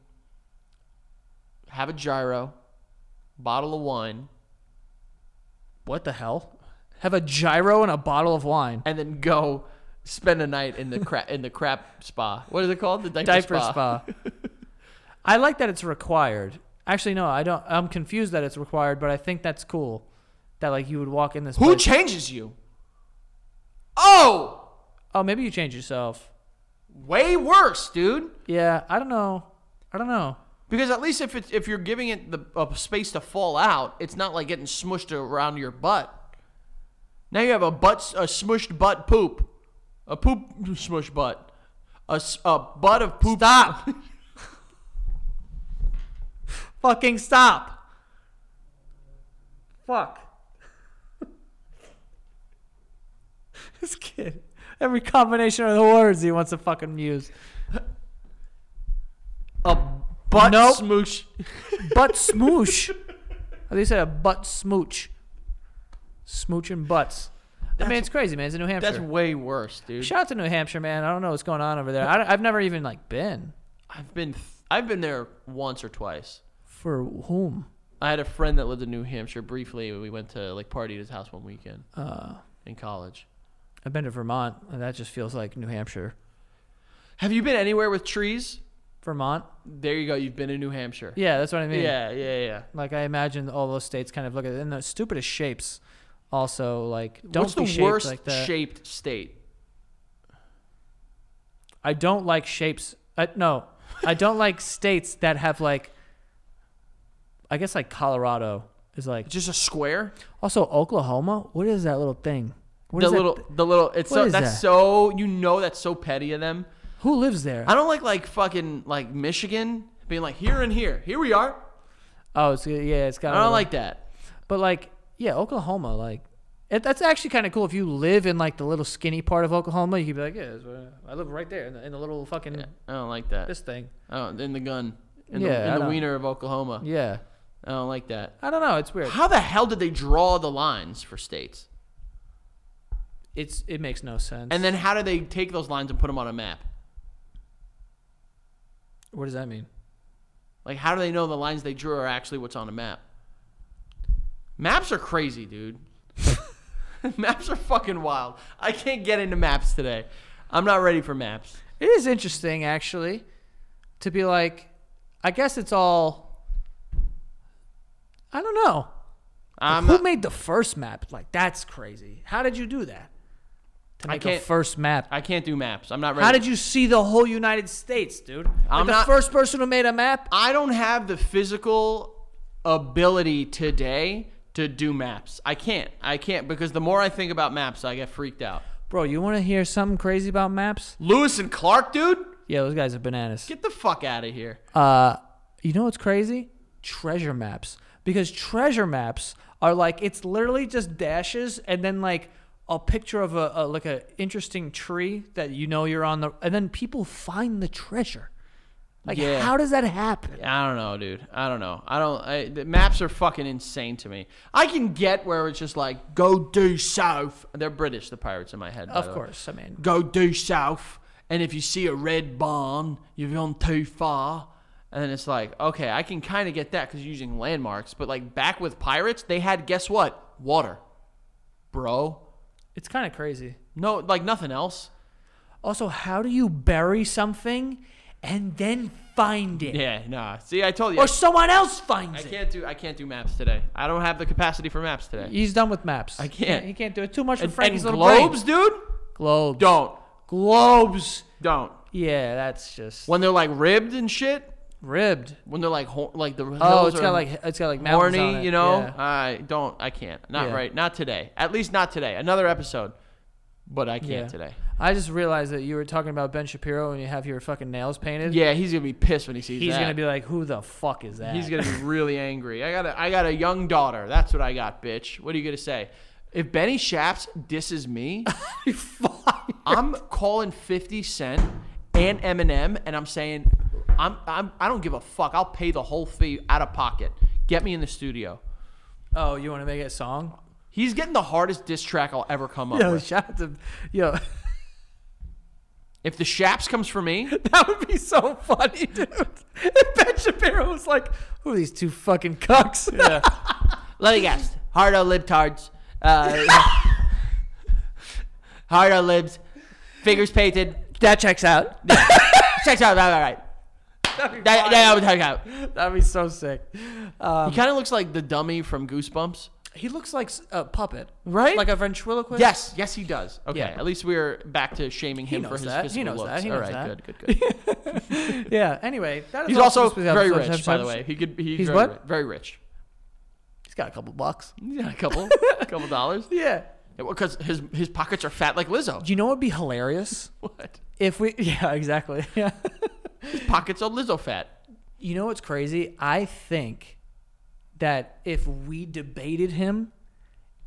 Speaker 3: have a gyro, bottle of wine,
Speaker 2: What the hell? Have a gyro and a bottle of wine.
Speaker 3: and then go spend a night in the crap in the crap spa. What is it called? The diaper,
Speaker 2: Diaper
Speaker 3: spa.
Speaker 2: spa. I like that it's required. Actually, no, I don't. I'm confused that it's required, but I think that's cool. That like you would walk in this.
Speaker 3: Who
Speaker 2: place-
Speaker 3: changes you? Oh,
Speaker 2: oh, maybe you change yourself.
Speaker 3: way worse, dude.
Speaker 2: Yeah, I don't know. I don't know.
Speaker 3: Because at least if it's if you're giving it the a space to fall out, it's not like getting smushed around your butt. Now you have a butt a smushed butt poop, a poop smush butt, a, s- a butt of poop. Stop.
Speaker 2: Fucking stop. Fuck. this kid. Every combination of the words he wants to fucking use.
Speaker 3: a butt
Speaker 2: Nope.
Speaker 3: smooch.
Speaker 2: Butt smoosh. At least I said a butt smooch. Smooching butts. I mean, it's crazy, man. It's in New Hampshire.
Speaker 3: That's way worse, dude.
Speaker 2: Shout out to New Hampshire, man. I don't know what's going on over there. I, have never even like been.
Speaker 3: I've been th- I've been there once or twice.
Speaker 2: For whom?
Speaker 3: I had a friend that lived in New Hampshire briefly. and We went to like party at his house one weekend
Speaker 2: Uh,
Speaker 3: in college.
Speaker 2: I've been to Vermont, and that just feels like New Hampshire.
Speaker 3: Have you been anywhere with trees?
Speaker 2: Vermont.
Speaker 3: There you go. You've been in New Hampshire.
Speaker 2: Yeah, that's what I mean.
Speaker 3: Yeah, yeah, yeah.
Speaker 2: Like I imagine all those states kind of look at it in the stupidest shapes. Also, like don't
Speaker 3: What's
Speaker 2: be
Speaker 3: the
Speaker 2: shaped
Speaker 3: worst
Speaker 2: like that.
Speaker 3: shaped state?
Speaker 2: I don't like shapes. I, no, I don't like states that have like. I guess like Colorado is like.
Speaker 3: Just a square.
Speaker 2: Also Oklahoma. What is that little thing? What
Speaker 3: the
Speaker 2: is that
Speaker 3: little,
Speaker 2: th-
Speaker 3: the little. It's
Speaker 2: What
Speaker 3: so,
Speaker 2: is
Speaker 3: that's
Speaker 2: that?
Speaker 3: so you know that's so petty of them.
Speaker 2: Who lives there?
Speaker 3: I don't like like fucking like Michigan being like here and here. Here we are.
Speaker 2: oh, it's, yeah, it's
Speaker 3: I
Speaker 2: got. a
Speaker 3: don't
Speaker 2: little-
Speaker 3: like that.
Speaker 2: But like, yeah, Oklahoma, like, it, that's actually kind of cool. If you live in like the little skinny part of Oklahoma, you could be like, yeah, it's where- I live right there in the, in the little fucking
Speaker 3: I don't like that.
Speaker 2: this thing.
Speaker 3: Oh, in the gun. In
Speaker 2: Yeah,
Speaker 3: the,
Speaker 2: I
Speaker 3: in the
Speaker 2: don't-
Speaker 3: wiener of Oklahoma.
Speaker 2: Yeah,
Speaker 3: I don't like that.
Speaker 2: I don't know. It's weird.
Speaker 3: How the hell did they draw the lines for states?
Speaker 2: It's it makes no sense.
Speaker 3: And then how do they take those lines and put them on a map?
Speaker 2: what does that mean?
Speaker 3: Like, how do they know the lines they drew are actually what's on a map? Maps are crazy, dude. maps are fucking wild. I can't get into maps today. I'm not ready for maps.
Speaker 2: It is interesting, actually, to be like, I guess it's all. I don't know.
Speaker 3: I'm
Speaker 2: Who
Speaker 3: not-
Speaker 2: made the first map? Like that's crazy. How did you do that? To
Speaker 3: I
Speaker 2: make a
Speaker 3: can't-
Speaker 2: first map.
Speaker 3: I can't do maps. I'm not ready.
Speaker 2: How did you see the whole United States, dude? Like
Speaker 3: I'm
Speaker 2: the
Speaker 3: not-
Speaker 2: first person who made a map.
Speaker 3: I don't have the physical ability today to do maps. I can't. I can't because the more I think about maps, I get freaked out.
Speaker 2: Bro, you want to hear something crazy about maps?
Speaker 3: Lewis and Clark, dude,
Speaker 2: Yeah, those guys are bananas.
Speaker 3: get the fuck out of here.
Speaker 2: Uh, you know what's crazy? Treasure maps. Because treasure maps are like it's literally just dashes and then like a picture of a, a like a interesting tree that you know you're on the, and then people find the treasure. Like,
Speaker 3: Yeah.
Speaker 2: how does that happen?
Speaker 3: I don't know, dude. I don't know. I don't. I, the maps are fucking insane to me. I can get where it's just like go due south. They're British, the pirates in my head. by
Speaker 2: Of
Speaker 3: the way.
Speaker 2: course, I mean,
Speaker 3: Go due south, and if you see a red barn, you've gone too far. And then it's like, okay, I can kind of get that because you're using landmarks. But like back with pirates, they had guess what? Water, bro.
Speaker 2: it's kind of crazy.
Speaker 3: No, like nothing else.
Speaker 2: Also, how do you bury something and then find it?
Speaker 3: Yeah, nah. See, I told you.
Speaker 2: Or someone else finds
Speaker 3: I
Speaker 2: it.
Speaker 3: can't do. I can't do maps today. I don't have the capacity for maps today.
Speaker 2: He's done with maps. I
Speaker 3: can't.
Speaker 2: He can't do it. Too much for
Speaker 3: And,
Speaker 2: Frankie's
Speaker 3: and
Speaker 2: little brain.
Speaker 3: globes, dude.
Speaker 2: Globes.
Speaker 3: Don't.
Speaker 2: Globes.
Speaker 3: Don't.
Speaker 2: Yeah, that's just
Speaker 3: When they're like ribbed and shit.
Speaker 2: ribbed.
Speaker 3: When they're like hor- like the
Speaker 2: Oh,
Speaker 3: hills
Speaker 2: it's
Speaker 3: are
Speaker 2: got like it's got like mountains
Speaker 3: horny,
Speaker 2: on it.
Speaker 3: you know.
Speaker 2: Yeah.
Speaker 3: I don't. I can't. Not
Speaker 2: Yeah.
Speaker 3: right. Not today. At least not today. Another episode. But I can't
Speaker 2: Yeah.
Speaker 3: today.
Speaker 2: I just realized that you were talking about Ben Shapiro and you have your fucking nails painted.
Speaker 3: Yeah, he's gonna be pissed when he sees
Speaker 2: He's
Speaker 3: that.
Speaker 2: gonna be like, "Who the fuck is that?"
Speaker 3: He's gonna be really angry. I got a I got a young daughter. That's what I got, bitch. What are you gonna say? If Benny Shaps disses me, I'm calling 50 Cent and Eminem, and I'm saying, I'm, I'm I don't give a fuck. I'll pay the whole fee out of pocket. Get me in the studio.
Speaker 2: Oh, you want to make it a song?
Speaker 3: He's getting the hardest diss track I'll ever come up
Speaker 2: Yo,
Speaker 3: with.
Speaker 2: shout out to yo.
Speaker 3: If the Shaps comes for me,
Speaker 2: That would be so funny, dude. If Ben Shapiro was like, "Who are these two fucking cucks?" Yeah.
Speaker 3: let me guess, hardo libtards, uh, hardo libs, fingers painted.
Speaker 2: that checks out.
Speaker 3: Checks out. All right.
Speaker 2: That'd be,
Speaker 3: That,
Speaker 2: fire.
Speaker 3: that would check out.
Speaker 2: That'd be so sick. Um,
Speaker 3: He kind of looks like the dummy from Goosebumps.
Speaker 2: he looks like s- a puppet,
Speaker 3: Right?
Speaker 2: Like a ventriloquist.
Speaker 3: Yes, yes, he does. Okay,
Speaker 2: Yeah.
Speaker 3: at least we're back to shaming him for
Speaker 2: knows
Speaker 3: his
Speaker 2: that. He
Speaker 3: physical
Speaker 2: knows
Speaker 3: looks.
Speaker 2: that. He knows
Speaker 3: All right,
Speaker 2: that.
Speaker 3: good, good, good.
Speaker 2: yeah. Anyway, that is
Speaker 3: He's
Speaker 2: all
Speaker 3: also
Speaker 2: for this
Speaker 3: very
Speaker 2: episode.
Speaker 3: rich, by the way. He could. He's,
Speaker 2: He's
Speaker 3: very
Speaker 2: what?
Speaker 3: ri- Very rich.
Speaker 2: He's got a couple bucks.
Speaker 3: Yeah, a couple, a couple dollars.
Speaker 2: Yeah.
Speaker 3: Because his his pockets are fat like Lizzo.
Speaker 2: You know what'd be hilarious
Speaker 3: What?
Speaker 2: if we? Yeah, exactly. Yeah.
Speaker 3: His pockets are Lizzo fat.
Speaker 2: You know what's crazy? I think that if we debated him,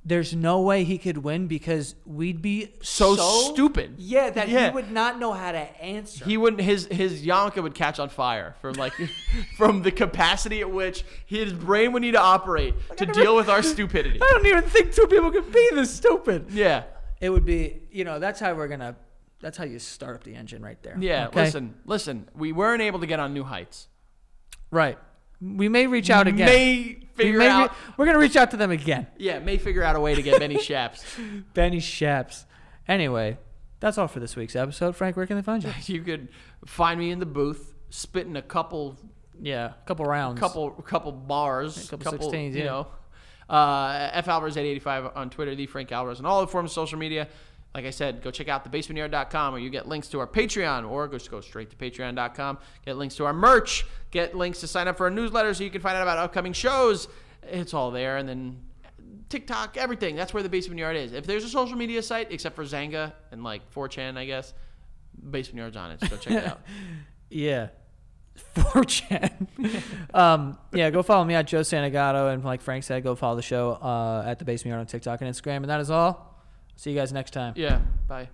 Speaker 2: there's no way he could win because we'd be
Speaker 3: So stupid.
Speaker 2: Yeah, that
Speaker 3: Yeah.
Speaker 2: he would not know how to answer.
Speaker 3: He wouldn't. His his Yonka would catch on fire from like from the capacity at which his brain would need to operate to
Speaker 2: never-
Speaker 3: deal with our stupidity.
Speaker 2: I don't even think two people could be this stupid.
Speaker 3: Yeah.
Speaker 2: It would be, you know, that's how we're gonna. That's how you start up the engine right there.
Speaker 3: Yeah,
Speaker 2: Okay?
Speaker 3: listen, listen. We weren't able to get on new heights.
Speaker 2: Right. We may reach out again.
Speaker 3: May
Speaker 2: We
Speaker 3: figure
Speaker 2: may re-
Speaker 3: out.
Speaker 2: we're gonna reach out to them again.
Speaker 3: yeah, may figure out a way to get Benny Shaps.
Speaker 2: Benny Shaps. Anyway, that's all for this week's episode. Frank, where can they find you?
Speaker 3: You could find me in the booth spitting a couple,
Speaker 2: Yeah, a couple rounds.
Speaker 3: couple, couple bars,
Speaker 2: couple 16s,
Speaker 3: you
Speaker 2: yeah.
Speaker 3: know. Uh, F Alvarez eight eighty five on Twitter, the Frank Alvarez, and all the forms of social media. Like I said, go check out thebasementyard.com or you get links to our Patreon or just go straight to patreon.com. Get links to our merch. Get links to sign up for our newsletter so you can find out about upcoming shows. It's all there. And then TikTok, everything. That's where the Basement Yard is. If there's a social media site, except for Zanga and like 4chan, I guess, Basement Yard's on it. So go check it out.
Speaker 2: Yeah. 4chan. um, yeah, go follow me at Joe Santagato. And like Frank said, go follow the show uh, at The Basement Yard on TikTok and Instagram. And that is all. See you guys next time.
Speaker 3: Yeah. Bye.